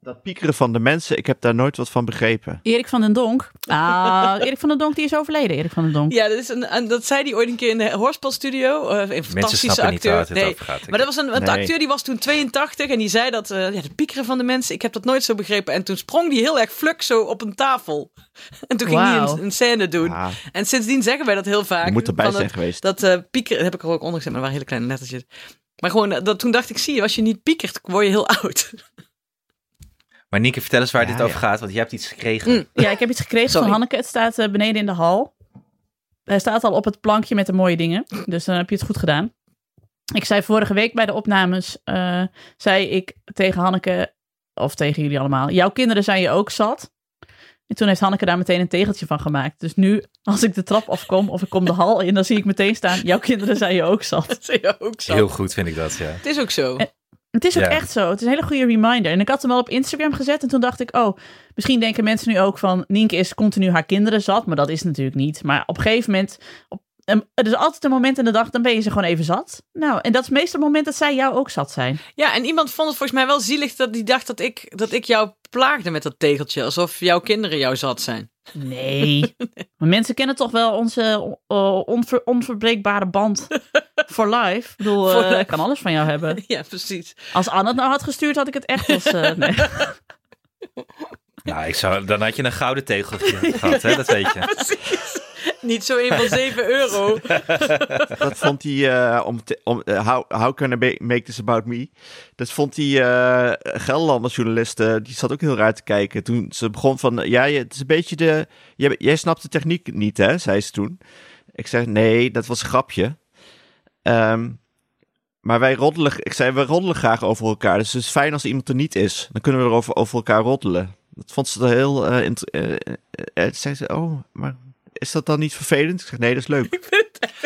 Speaker 2: Dat piekeren van de mensen, ik heb daar nooit wat van begrepen.
Speaker 1: Erik van den Donk. Ah, Erik van den Donk die is overleden, Erik van den Donk.
Speaker 3: Ja, dat, is een, en dat zei hij ooit een keer in de hoorspelstudio. Eh, een
Speaker 4: Mensen
Speaker 3: fantastische
Speaker 4: snappen niet waar
Speaker 3: acteur.
Speaker 4: het
Speaker 3: nee.
Speaker 4: over gaat.
Speaker 3: Maar dat was een, want de
Speaker 2: Nee.
Speaker 3: acteur die was toen 82 en die zei dat eh, ja, de piekeren van de mensen, ik heb dat nooit zo begrepen. En toen sprong die heel erg fluk zo op een tafel. En toen ging hij
Speaker 1: Wauw.
Speaker 3: een, een scène doen.
Speaker 2: Ah,
Speaker 3: En sindsdien zeggen wij dat heel vaak.
Speaker 2: je moet erbij
Speaker 3: van
Speaker 2: zijn
Speaker 3: dat,
Speaker 2: geweest.
Speaker 3: Dat eh, piekeren, heb ik er ook onder gezet, maar dat waren hele kleine lettertjes. Maar gewoon, eh, dat, toen dacht ik, zie je, als je niet piekert, word je heel oud.
Speaker 4: Maar Nieke, vertel eens waar
Speaker 2: Ja,
Speaker 4: dit over
Speaker 2: ja.
Speaker 4: gaat, want je hebt iets gekregen.
Speaker 3: Mm.
Speaker 1: Ja, ik heb iets gekregen
Speaker 3: Sorry.
Speaker 1: van Hanneke. Het staat eh, beneden in de hal. Hij staat al op het plankje met de mooie dingen. Dus dan heb je het goed gedaan. Ik zei vorige week bij de opnames, eh, zei ik tegen Hanneke, of tegen jullie allemaal, jouw kinderen zijn je ook zat. En toen heeft Hanneke daar meteen een tegeltje van gemaakt. Dus nu, als ik de trap afkom of ik kom de hal in, dan zie ik meteen staan, jouw kinderen zijn je ook zat.
Speaker 3: Dat zie je ook zo.
Speaker 4: Heel goed vind ik dat, ja.
Speaker 3: Het is ook zo.
Speaker 1: Eh, Het is ook
Speaker 4: Ja.
Speaker 1: echt zo. Het is een hele goede reminder. En ik had hem al op Instagram gezet. En toen dacht ik, oh, misschien denken mensen nu ook van... Nienke is continu haar kinderen zat. Maar dat is natuurlijk niet. Maar op een gegeven moment... Op, En er is altijd een moment in de dag, dan ben je ze gewoon even zat. Nou, en dat is meestal het moment dat zij jou ook zat zijn.
Speaker 3: Ja, en iemand vond het volgens mij wel zielig dat die dacht dat ik, dat ik jou plaagde met dat tegeltje. Alsof jouw kinderen jou zat zijn.
Speaker 1: Nee. maar mensen kennen toch wel onze eh, onver- onverbreekbare band voor life. Ik bedoel, eh,
Speaker 3: For life.
Speaker 1: ik kan alles van jou hebben.
Speaker 3: Ja, precies.
Speaker 1: Als Anne het nou had gestuurd, had ik het echt als... eh, nee.
Speaker 4: Nou, ik zou, dan had je een gouden tegeltje gehad, hè? dat weet je.
Speaker 3: precies. Niet zo één van 7 euro.
Speaker 2: Dat vond hij, eh, om te- om, eh, how, how can I ba- make this about me? Dat vond die eh Gelderlander journalist, eh, die zat ook heel raar te kijken. Toen ze begon van, eh, ja, je- het is een beetje de... Jij, jij snapt de techniek niet, hè, zei ze toen. Ik zeg, nee, dat was een grapje. Ehm, maar wij roddelen, ik zei, we roddelen graag over elkaar. Dus het is fijn als iemand er niet is. Dan kunnen we erover over elkaar roddelen. Dat vond ze er heel... eh int- eh, eh, eh, zei ze, oh, maar is dat dan niet vervelend? Ik zeg, nee, dat is leuk.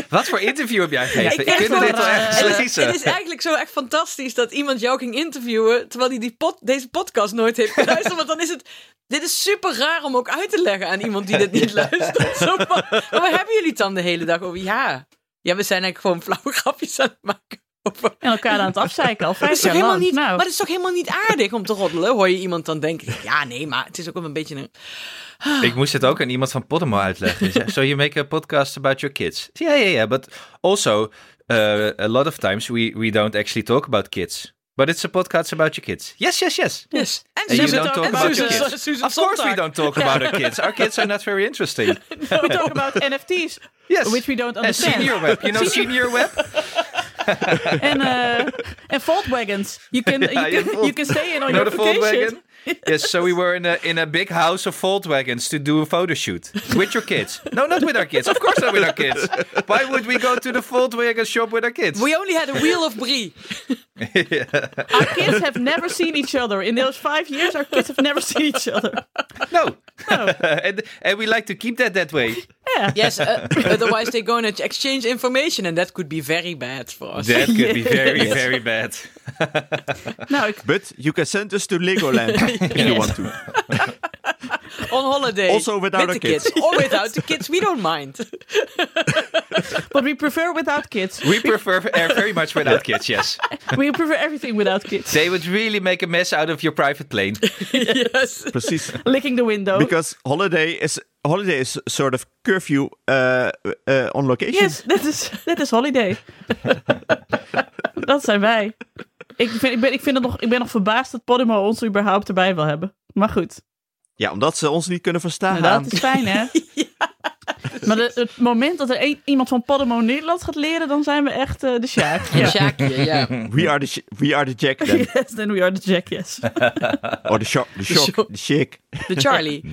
Speaker 4: Wat voor interview heb jij gegeven?
Speaker 3: vind
Speaker 4: vind
Speaker 3: het
Speaker 4: dit
Speaker 3: wel,
Speaker 4: wel
Speaker 3: eh,
Speaker 4: ergens lezen.
Speaker 3: Het is eigenlijk zo echt fantastisch dat iemand jou ging interviewen terwijl hij die pod- deze podcast nooit heeft geluisterd. Want dan is het. Dit is super raar om ook uit te leggen aan iemand die dit niet luistert. Zo van, maar waar hebben jullie het dan de hele dag over? Ja, ja we zijn eigenlijk gewoon flauwe grapjes aan het maken. Over.
Speaker 1: en elkaar aan het afzeiken al
Speaker 3: Dat
Speaker 1: vijf
Speaker 3: is toch
Speaker 1: jaar
Speaker 3: helemaal
Speaker 1: lang.
Speaker 3: niet,
Speaker 1: nou,
Speaker 3: Maar dat is toch helemaal niet aardig om te roddelen? Hoor je iemand dan denken, ja, nee, maar het is ook wel een beetje een...
Speaker 4: Ik moest het ook aan iemand van Podemo uitleggen. Hij zei, So you make a podcast about your kids? Ja, ja, ja. But also, uh, a lot of times we, we don't actually talk about kids. But it's a podcast about your kids. Yes, yes, yes.
Speaker 3: Yes. En
Speaker 4: And you
Speaker 3: Susan
Speaker 4: don't
Speaker 3: ook.
Speaker 4: talk
Speaker 3: En
Speaker 4: about your
Speaker 3: Susan,
Speaker 4: kids.
Speaker 3: Susan
Speaker 4: Of course we
Speaker 3: Sontag.
Speaker 4: don't talk about our kids. Our kids are not very interesting.
Speaker 1: we talk about NFT's,
Speaker 4: Yes.
Speaker 1: which we don't
Speaker 4: And
Speaker 1: understand.
Speaker 4: senior web. You know senior web?
Speaker 1: En, eh en Volkswagens. You can, you,
Speaker 4: Ja, je
Speaker 1: can,
Speaker 4: Volt-
Speaker 1: you can stay in on
Speaker 4: You know
Speaker 1: your
Speaker 4: the
Speaker 1: vacation.
Speaker 4: Volkswagen? Yes, so we were in a, in a big house of Volkswagens to do a photo shoot with your kids. No, not with our kids. Of course not with our kids. Why would we go to the Volkswagen shop with our kids?
Speaker 3: We only had a wheel of brie.
Speaker 1: Our kids have never seen each other. In those five years, our kids have never seen each other.
Speaker 4: No. and, and we like to keep that that way.
Speaker 3: Yes, uh, otherwise they're going to exchange information and that could be very bad for us.
Speaker 4: That could be very, very bad.
Speaker 1: Nou, ik,
Speaker 2: But you can send us to Legoland if you
Speaker 1: Yes.
Speaker 2: want to.
Speaker 3: On holiday.
Speaker 2: Also without
Speaker 3: with
Speaker 2: a
Speaker 3: the
Speaker 2: kid.
Speaker 3: kids. Or without the kids, we don't mind.
Speaker 1: but we prefer without kids.
Speaker 4: We prefer air very much without kids, yes.
Speaker 1: We prefer everything without kids.
Speaker 4: They would really make a mess out of your private plane.
Speaker 3: yes.
Speaker 2: Precies.
Speaker 1: Licking the window.
Speaker 2: Because holiday is holiday is sort of curfew uh, uh, on location.
Speaker 1: Yes, dat is, dat is holiday. dat zijn wij. Ik, vind, ik, ben, ik, vind het nog, ik ben nog verbaasd dat Podimo ons überhaupt erbij wil hebben. Maar goed,
Speaker 2: Ja, omdat ze ons niet kunnen verstaan.
Speaker 1: nou, dat is fijn hè? Maar de- het moment dat er een- iemand van Podimo Nederland gaat leren, dan zijn we echt eh, de Sjaak. Ja.
Speaker 3: Sjaakje, ja.
Speaker 2: We are the sh- we are the jack then.
Speaker 1: Yes, then we are the Jack, yes.
Speaker 2: Or the shock, the shock,
Speaker 3: shock.
Speaker 2: the chick.
Speaker 3: De Charlie.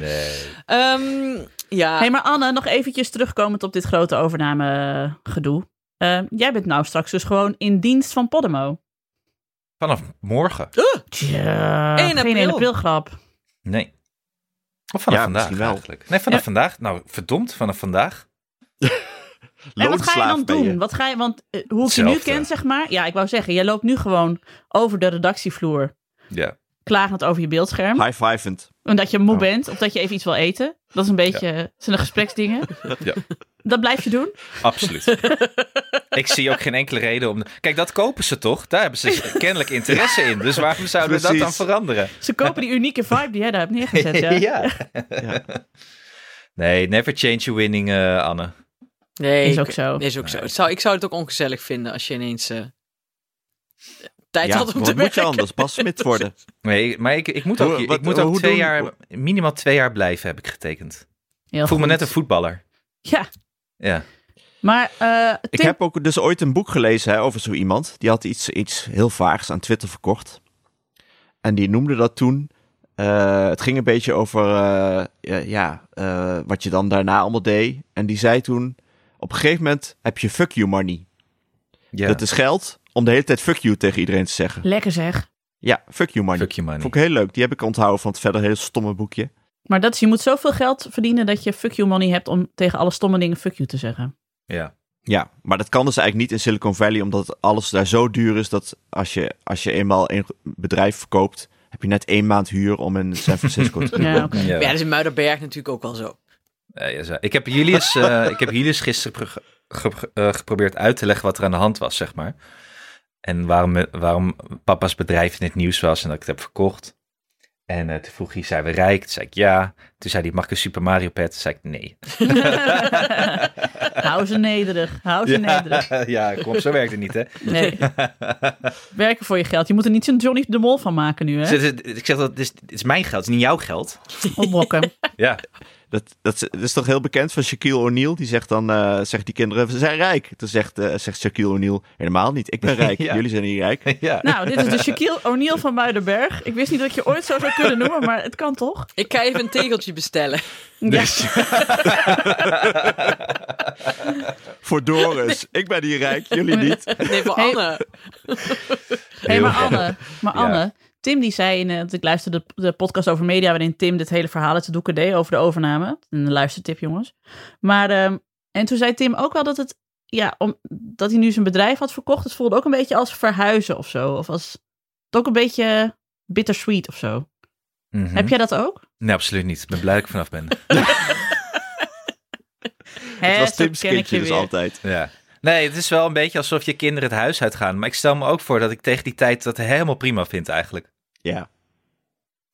Speaker 3: Ehm, ja.
Speaker 1: Hey, maar Anne, nog eventjes terugkomend op dit grote overnamegedoe. Eh, jij bent nou straks dus gewoon in dienst van Podimo.
Speaker 4: Vanaf morgen?
Speaker 1: Tja,
Speaker 3: 1
Speaker 1: Geen 1
Speaker 3: april.
Speaker 1: april grap.
Speaker 4: Nee. Of vanaf
Speaker 2: Ja,
Speaker 4: vandaag
Speaker 2: misschien wel.
Speaker 4: eigenlijk. Nee, vanaf vandaag. Nou, verdomd, vanaf vandaag.
Speaker 1: En wat ga je dan
Speaker 2: Loonslaaf ben
Speaker 1: doen?
Speaker 2: je.
Speaker 1: Wat ga je, want eh, hoe ik je nu
Speaker 4: Hetzelfde.
Speaker 1: ken, zeg maar. Ja, ik wou zeggen, jij loopt nu gewoon over de redactievloer.
Speaker 4: Ja.
Speaker 1: Klagend over je beeldscherm.
Speaker 2: High fivend.
Speaker 1: Omdat je moe
Speaker 4: Oh.
Speaker 1: bent of dat je even iets wil eten. Dat is een beetje. eh, zijn de gespreksdingen.
Speaker 4: Ja.
Speaker 1: Dat blijf je doen.
Speaker 4: Absoluut. ik zie ook geen enkele reden om. Kijk, dat kopen ze toch? Daar hebben ze kennelijk interesse in. Dus waarom zouden we dat dan
Speaker 2: Precies.
Speaker 4: veranderen?
Speaker 1: Ze kopen die unieke vibe die jij daar hebt neergezet. Ja.
Speaker 2: Ja.
Speaker 4: Nee, never change your winning, eh, Anne.
Speaker 3: Nee,
Speaker 1: Is
Speaker 3: ik-
Speaker 1: ook zo.
Speaker 3: Is ook zo. Het zou, ik zou het ook ongezellig vinden als je ineens eh, tijd
Speaker 2: Ja,
Speaker 3: had om te
Speaker 2: wat moet je
Speaker 3: werken.
Speaker 2: anders? Bas Smit worden.
Speaker 4: Nee, maar ik, ik moet
Speaker 2: Hoe-
Speaker 4: ook, hier-
Speaker 2: wat-
Speaker 4: ik moet ook
Speaker 2: hoe
Speaker 4: twee
Speaker 2: doen-
Speaker 4: jaar,
Speaker 2: hoe-
Speaker 4: minimaal twee jaar blijven, heb ik getekend.
Speaker 1: Heel
Speaker 4: Ik voel me
Speaker 1: goed.
Speaker 4: net een voetballer.
Speaker 1: Ja,
Speaker 4: Ja.
Speaker 1: maar eh,
Speaker 2: Ik
Speaker 1: Tim-
Speaker 2: heb ook dus ooit een boek gelezen hè, over zo iemand. Die had iets, iets heel vaags aan Twitter verkocht. En die noemde dat toen. eh, het ging een beetje over eh, eh, ja, eh, wat je dan daarna allemaal deed. En die zei toen: Op een gegeven moment heb je fuck you money.
Speaker 4: ja.
Speaker 2: Dat is geld om de hele tijd fuck you tegen iedereen te zeggen.
Speaker 1: lekker zeg.
Speaker 2: Ja, fuck you money.
Speaker 4: Fuck you money.
Speaker 2: Vond ik heel leuk. Die heb ik onthouden van het verder heel stomme boekje.
Speaker 1: Maar dat is, je moet zoveel geld verdienen dat je fuck you money hebt om tegen alle stomme dingen fuck you te zeggen.
Speaker 4: Ja.
Speaker 2: Ja, maar dat kan dus eigenlijk niet in Silicon Valley, omdat alles daar zo duur is dat als je, als je eenmaal een bedrijf verkoopt, heb je net één maand huur om in San Francisco te
Speaker 1: Ja,
Speaker 2: doen.
Speaker 1: oké.
Speaker 4: Ja.
Speaker 3: Ja, dat is in Muiderberg natuurlijk ook wel zo.
Speaker 4: Eh, ja, zo. ik, heb Julius, eh, ik heb Julius gisteren, prog- ge- eh, geprobeerd uit te leggen wat er aan de hand was, zeg maar. En waarom, eh, waarom papa's bedrijf in het nieuws was en dat ik het heb verkocht. En eh, toen vroeg hij, zijn we rijk? Toen zei ik ja. Toen zei hij, mag ik een Super Mario pet? Toen zei ik nee.
Speaker 1: Hou ze nederig. Hou ze nederig.
Speaker 4: Ja, ja, kom, zo werkt het niet, hè?
Speaker 1: Nee. Werken voor je geld. Je moet er niet zo'n Johnny de Mol van maken nu, hè?
Speaker 4: Dus het is- ik zeg dat, het is, het is mijn geld, het is niet jouw geld.
Speaker 1: Opblokken.
Speaker 4: Ja,
Speaker 2: Dat, dat, is- dat is toch heel bekend van Shaquille O'Neal. Die zegt dan, eh, zegt die kinderen, ze zijn rijk. Toen zegt, eh, zegt Shaquille O'Neal, helemaal niet. Ik ben rijk,
Speaker 4: Ja.
Speaker 2: jullie zijn niet rijk.
Speaker 4: ja.
Speaker 1: Nou, dit is de Shaquille O'Neal van Muidenberg. Ik wist niet dat ik je ooit zo zou kunnen noemen, maar het kan toch?
Speaker 3: Ik ga even een tegeltje bestellen.
Speaker 1: Ja.
Speaker 2: Dus- Voor Doris, ik ben hier rijk, jullie niet.
Speaker 3: Nee, voor
Speaker 1: Hey.
Speaker 3: Anne.
Speaker 1: Hey, maar
Speaker 4: Heel erg.
Speaker 1: Anne, maar
Speaker 4: Ja.
Speaker 1: Anne, Tim die zei, in, eh, want ik luisterde de, de podcast over media waarin Tim dit hele verhaal uit de doeken deed over de overname. Een luistertip jongens. Maar, ehm, en toen zei Tim ook wel dat het, ja, omdat hij nu zijn bedrijf had verkocht, het voelde ook een beetje als verhuizen of zo. Of als, het ook een beetje bittersweet of zo.
Speaker 4: Mhm.
Speaker 1: Heb jij dat ook?
Speaker 4: Nee, absoluut niet. Ik ben blij dat ik vanaf ben.
Speaker 1: Hè,
Speaker 2: Het was
Speaker 4: Eh,
Speaker 1: zo
Speaker 2: Tim's
Speaker 1: ken ik je
Speaker 2: kindje dus
Speaker 1: weer.
Speaker 2: altijd.
Speaker 4: Ja. Nee, het is wel een beetje alsof je kinderen het huis uitgaan. Maar ik stel me ook voor dat ik tegen die tijd dat helemaal prima vind eigenlijk.
Speaker 2: Ja.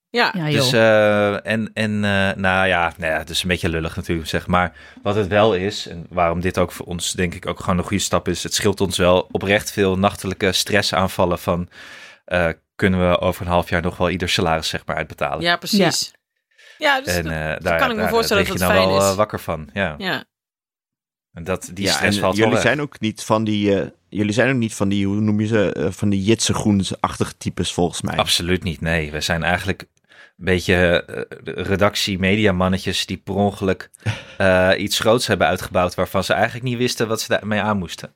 Speaker 3: Ja.
Speaker 1: Ja, joh.
Speaker 4: Dus, eh, en, en eh, nou ja, nou ja, het is een beetje lullig natuurlijk, zeg maar. Wat het wel is, en waarom dit ook voor ons denk ik ook gewoon een goede stap is. Het scheelt ons wel oprecht veel nachtelijke stressaanvallen van... eh, kunnen we over een half jaar nog wel ieder salaris zeg maar uitbetalen.
Speaker 3: Ja, precies. Ja, dus
Speaker 4: en
Speaker 3: dat-
Speaker 4: eh, daar,
Speaker 3: kan ik me
Speaker 4: daar
Speaker 3: voorstellen
Speaker 4: lig
Speaker 3: dat
Speaker 4: je
Speaker 3: het
Speaker 4: dan
Speaker 3: fijn
Speaker 4: wel eh,
Speaker 3: is.
Speaker 4: wakker van. Ja.
Speaker 3: ja.
Speaker 4: En dat, die
Speaker 2: ja en
Speaker 4: stress valt wel
Speaker 2: jullie
Speaker 4: weg.
Speaker 2: zijn ook niet van die, eh, jullie zijn ook niet van die, hoe noem je ze, eh, van die Jitse Groens-achtige types volgens mij.
Speaker 4: Absoluut niet, nee. We zijn eigenlijk een beetje eh, de redactie-mediamannetjes die per ongeluk eh, iets groots hebben uitgebouwd waarvan ze eigenlijk niet wisten wat ze daarmee aan moesten.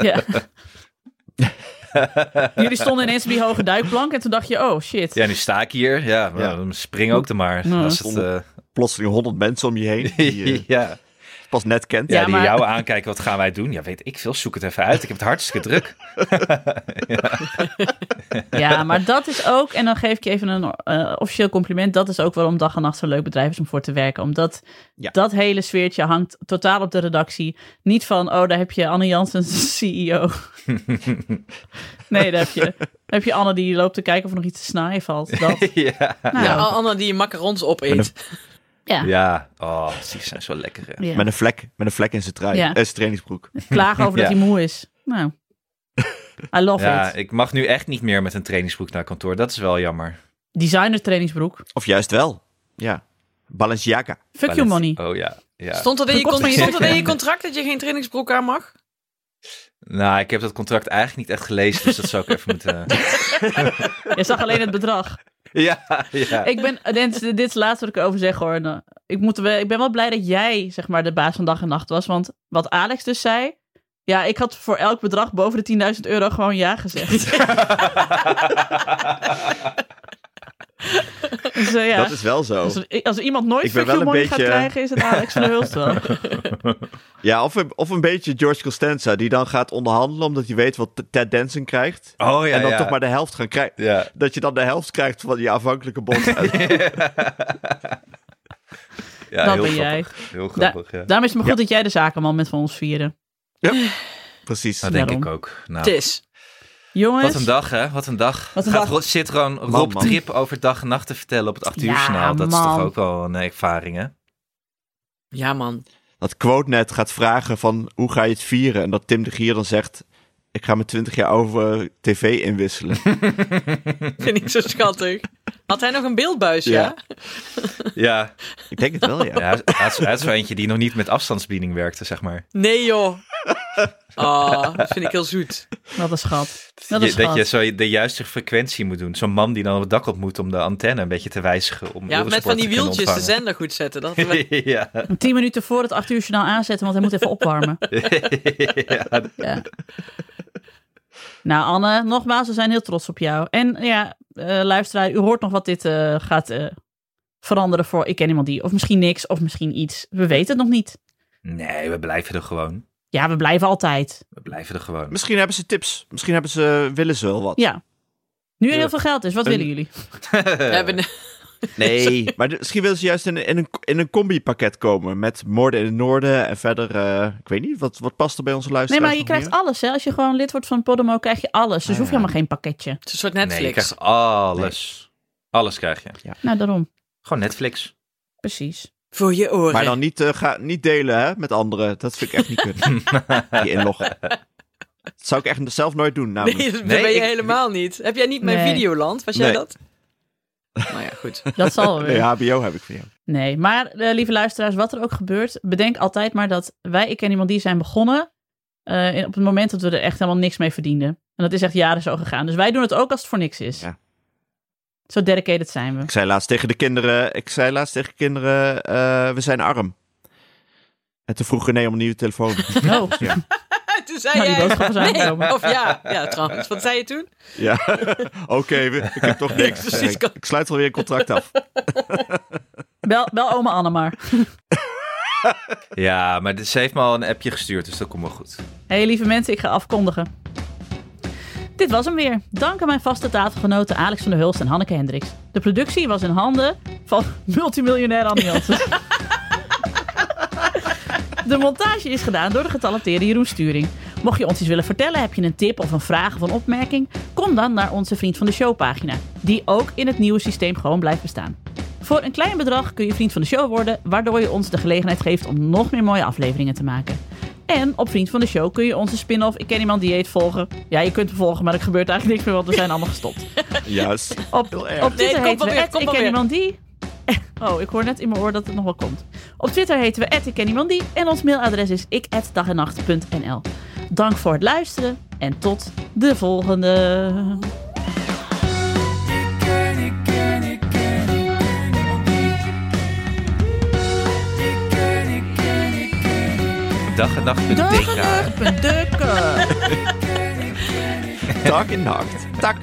Speaker 1: Ja. Jullie stonden ineens bij die hoge duikplank en toen dacht je, oh shit.
Speaker 4: Ja, nu sta ik hier. Ja, nou,
Speaker 2: Ja.
Speaker 4: dan spring ook er maar.
Speaker 1: Ja.
Speaker 4: Als het, eh,
Speaker 2: Plotseling honderd mensen om je heen, die je
Speaker 4: ja.
Speaker 2: pas net kent.
Speaker 4: Ja,
Speaker 1: Ja,
Speaker 4: die
Speaker 1: maar-
Speaker 4: jou aankijken, wat gaan wij doen? Ja, weet ik veel. Zoek het even uit. Ik heb het hartstikke druk.
Speaker 1: Ja, maar dat is ook, en dan geef ik je even een eh, officieel compliment. Dat is ook waarom Dag en Nacht zo'n leuk bedrijf is om voor te werken. Omdat
Speaker 2: Ja.
Speaker 1: dat hele sfeertje hangt totaal op de redactie. Niet van, oh, daar heb je Anne Janssens CEO. nee, daar heb je, daar heb je Anne die loopt te kijken of er nog iets te snijden valt. Dat.
Speaker 4: ja.
Speaker 1: Nou,
Speaker 3: Ja,
Speaker 1: ja.
Speaker 3: Anne die macarons opeet.
Speaker 1: Ja.
Speaker 4: ja. Oh, die zijn zo lekker. hè.
Speaker 1: Ja.
Speaker 2: Met een vlek, met een vlek in zijn trui,
Speaker 1: Ja.
Speaker 2: eh, zijn trainingsbroek.
Speaker 1: Klagen over dat
Speaker 4: Ja.
Speaker 1: hij moe is. Nou, I love
Speaker 4: Ja,
Speaker 1: it.
Speaker 4: ik mag nu echt niet meer met een trainingsbroek naar kantoor. Dat is wel jammer.
Speaker 1: Designer trainingsbroek.
Speaker 2: Of juist wel, ja. Balenciaga.
Speaker 1: Fuck your money.
Speaker 4: Oh ja. ja.
Speaker 3: Stond dat in je,
Speaker 1: Dat kost
Speaker 3: con-
Speaker 1: me
Speaker 3: stond dat in je
Speaker 1: niks.
Speaker 3: contract dat je geen trainingsbroek aan mag?
Speaker 4: Nou, ik heb dat contract eigenlijk niet echt gelezen, dus dat zou ik even moeten...
Speaker 1: Je zag alleen het bedrag.
Speaker 4: ja, ja.
Speaker 1: ik ben, dit, dit is het laatste wat ik erover zeg hoor. En, eh, Ik, moet, wel- ik ben wel blij dat jij zeg maar de baas van dag en nacht was. Want wat Alex dus zei. Ja, ik had voor elk bedrag boven de 10.000 euro gewoon ja gezegd. eh, dus eh, ja,
Speaker 2: Dat is wel zo.
Speaker 1: als, als iemand nooit
Speaker 2: Ik ben
Speaker 1: veel money
Speaker 2: wel een
Speaker 1: gaat
Speaker 2: beetje-
Speaker 1: krijgen, is het Alex van de Hulst wel.
Speaker 2: Ja, of, een- of een beetje George Costanza, die dan gaat onderhandelen omdat hij weet wat Ted Danson krijgt.
Speaker 4: Oh ja,
Speaker 2: en dan
Speaker 4: ja.
Speaker 2: toch maar de helft gaan krijgen.
Speaker 4: Ja.
Speaker 2: Dat je dan de helft krijgt van je afhankelijke bond. Eh,
Speaker 4: Ja,
Speaker 1: Dat
Speaker 4: heel
Speaker 1: ben jij.
Speaker 4: grappig. Heel grappig, ja.
Speaker 1: Daarom is het maar
Speaker 2: Ja.
Speaker 1: goed dat jij de zakenman bent van ons vieren.
Speaker 2: Precies.
Speaker 4: Dat denk ik
Speaker 1: daarom.
Speaker 4: ook.
Speaker 3: Het
Speaker 4: Nou,
Speaker 3: is.
Speaker 1: Jongens.
Speaker 4: wat een dag, hè? Wat een dag.
Speaker 1: Wat een
Speaker 4: Gaat
Speaker 1: dag.
Speaker 4: Ro- Zit gewoon Rob
Speaker 2: man.
Speaker 4: Trip over dag en nacht te vertellen op het 8 uur
Speaker 1: Ja,
Speaker 4: journaal. Dat is toch
Speaker 1: man.
Speaker 4: ook wel een ervaring, hè?
Speaker 3: Ja, man.
Speaker 2: Dat QuoteNet gaat vragen van hoe ga je het vieren? En dat Tim de Gier dan zegt, ik ga mijn 20 jaar over eh, tv inwisselen.
Speaker 3: Vind ik zo schattig. Had hij nog een beeldbuis, ja?
Speaker 2: Ja.
Speaker 4: Ja.
Speaker 2: ik denk het wel, ja.
Speaker 4: ja hij, hij is, hij is wel eentje die nog niet met afstandsbediening werkte, zeg maar.
Speaker 3: Nee, joh. Oh, dat vind ik heel zoet.
Speaker 1: Wat een schat. Dat is
Speaker 4: je, dat je
Speaker 1: schat.
Speaker 4: zo de juiste frequentie moet doen. Zo'n man die dan op het dak op moet om de antenne een beetje te wijzigen. Om
Speaker 3: Ja, met
Speaker 4: Eurosport
Speaker 3: van die
Speaker 4: te kunnen
Speaker 3: wieltjes de
Speaker 4: ontvangen.
Speaker 3: zender goed zetten. Dat hadden we-
Speaker 4: ja.
Speaker 1: Tien minuten voor het 8 uur journaal aanzetten, want hij moet even opwarmen.
Speaker 4: ja,
Speaker 1: Ja. Nou, Anne, nogmaals, we zijn heel trots op jou. En ja, eh, luisteraar, u hoort nog wat dit eh, gaat eh, veranderen voor Ik Ken Iemand Die. Of misschien niks, of misschien iets. We weten het nog niet.
Speaker 4: Nee, we blijven er gewoon.
Speaker 1: Ja, we blijven altijd.
Speaker 4: We blijven er gewoon.
Speaker 2: Misschien hebben ze tips. Misschien hebben ze, willen ze wel wat.
Speaker 1: Ja. Nu er
Speaker 4: Ja.
Speaker 1: heel veel geld is, wat
Speaker 2: Een-
Speaker 1: willen jullie?
Speaker 3: we hebben-
Speaker 2: Nee, maar de- misschien willen ze juist in, in een, in een combi-pakket komen. Met Moorden in het Noorden en verder... eh, ik weet niet, wat, wat past er bij onze
Speaker 1: Nee,
Speaker 2: luisteraars
Speaker 1: maar je
Speaker 2: nog
Speaker 1: krijgt
Speaker 2: meer?
Speaker 1: alles. Hè? Als je gewoon lid wordt van Podimo, krijg je alles. Dus hoef je helemaal geen pakketje.
Speaker 3: Het is een soort
Speaker 4: Nee, je
Speaker 3: Netflix.
Speaker 4: krijgt alles. Alles krijg je.
Speaker 1: Nou, daarom.
Speaker 4: Gewoon Netflix.
Speaker 1: Precies.
Speaker 3: Voor je oren.
Speaker 2: Maar dan niet, eh, ga, niet delen hè, met anderen. Dat vind ik echt niet kunnen. Die inloggen. Dat zou ik echt zelf nooit doen.
Speaker 3: Nee,
Speaker 2: Namelijk.
Speaker 3: dat
Speaker 4: Nee,
Speaker 3: ben je
Speaker 4: ik-
Speaker 3: helemaal niet. Heb jij niet mijn
Speaker 1: Nee.
Speaker 3: Videoland? Was jij
Speaker 2: Nee.
Speaker 3: dat? Nou ja, goed.
Speaker 1: Dat zal wel weer.
Speaker 2: Nee, HBO heb ik van jou.
Speaker 1: Nee, maar eh, lieve luisteraars, wat er ook gebeurt, bedenk altijd maar dat wij, ik en iemand die zijn begonnen eh, in- op het moment dat we er echt helemaal niks mee verdienden. En dat is echt jaren zo gegaan. Dus wij doen het ook als het voor niks is.
Speaker 2: Ja.
Speaker 1: Zo dedicated zijn we.
Speaker 2: Ik zei laatst tegen de kinderen, ik zei laatst tegen kinderen, eh, we zijn arm. En toen vroeg René om een nieuwe telefoon.
Speaker 1: Oh,
Speaker 2: ja.
Speaker 3: Toen zei
Speaker 1: nou, die
Speaker 3: jij...
Speaker 1: boodschap is aangekomen.
Speaker 3: Of ja, ja trouwens. Wat zei je toen?
Speaker 2: ja. Oké, we- ik heb toch niks.
Speaker 3: precies,
Speaker 2: Zeg ik,
Speaker 3: kan-
Speaker 2: ik sluit alweer een contract af.
Speaker 1: Bel, bel oma Anne maar.
Speaker 4: Ja, maar dit- ze heeft me al een appje gestuurd, dus dat komt wel goed.
Speaker 1: hey, lieve mensen, ik ga afkondigen. Dit was hem weer. Dank aan mijn vaste tafelgenoten Alex van der Hulst en Hanneke Hendricks. De productie was in handen van multimiljonair Annie Janssens. De montage is gedaan door de getalenteerde Jeroen Sturing. Mocht je ons iets willen vertellen, heb je een tip of een vraag of een opmerking? Kom dan naar onze Vriend van de Show pagina, die ook in het nieuwe systeem gewoon blijft bestaan. Voor een klein bedrag kun je Vriend van de Show worden, waardoor je ons de gelegenheid geeft om nog meer mooie afleveringen te maken. En op Vriend van de Show kun je onze spin-off Ik Ken Iemand Dieet volgen. Ja, je kunt hem volgen, maar er gebeurt eigenlijk niks meer, want we zijn allemaal gestopt.
Speaker 2: Juist.
Speaker 1: Op,
Speaker 2: erg.
Speaker 1: op Twitter
Speaker 3: Nee, kom
Speaker 1: heten
Speaker 3: maar
Speaker 1: we
Speaker 3: weer,
Speaker 1: @ikkenniemandie.
Speaker 3: kom
Speaker 1: Ik
Speaker 3: maar
Speaker 1: ken
Speaker 3: weer.
Speaker 1: iemand die. Oh, ik hoor net in mijn oor dat het nog wel komt. Op Twitter heten we ik ken iemand die. En ons mailadres is ik@dagennacht.nl. Dank voor het luisteren en tot de volgende.
Speaker 5: Ik ken, ik ken, ik ken, ik ken niemand die. Ik ken, ik ken, ik ken,
Speaker 4: Dag en nacht met DK.
Speaker 1: Dag en nacht, punt dukken.
Speaker 2: Dag in nacht. Tak.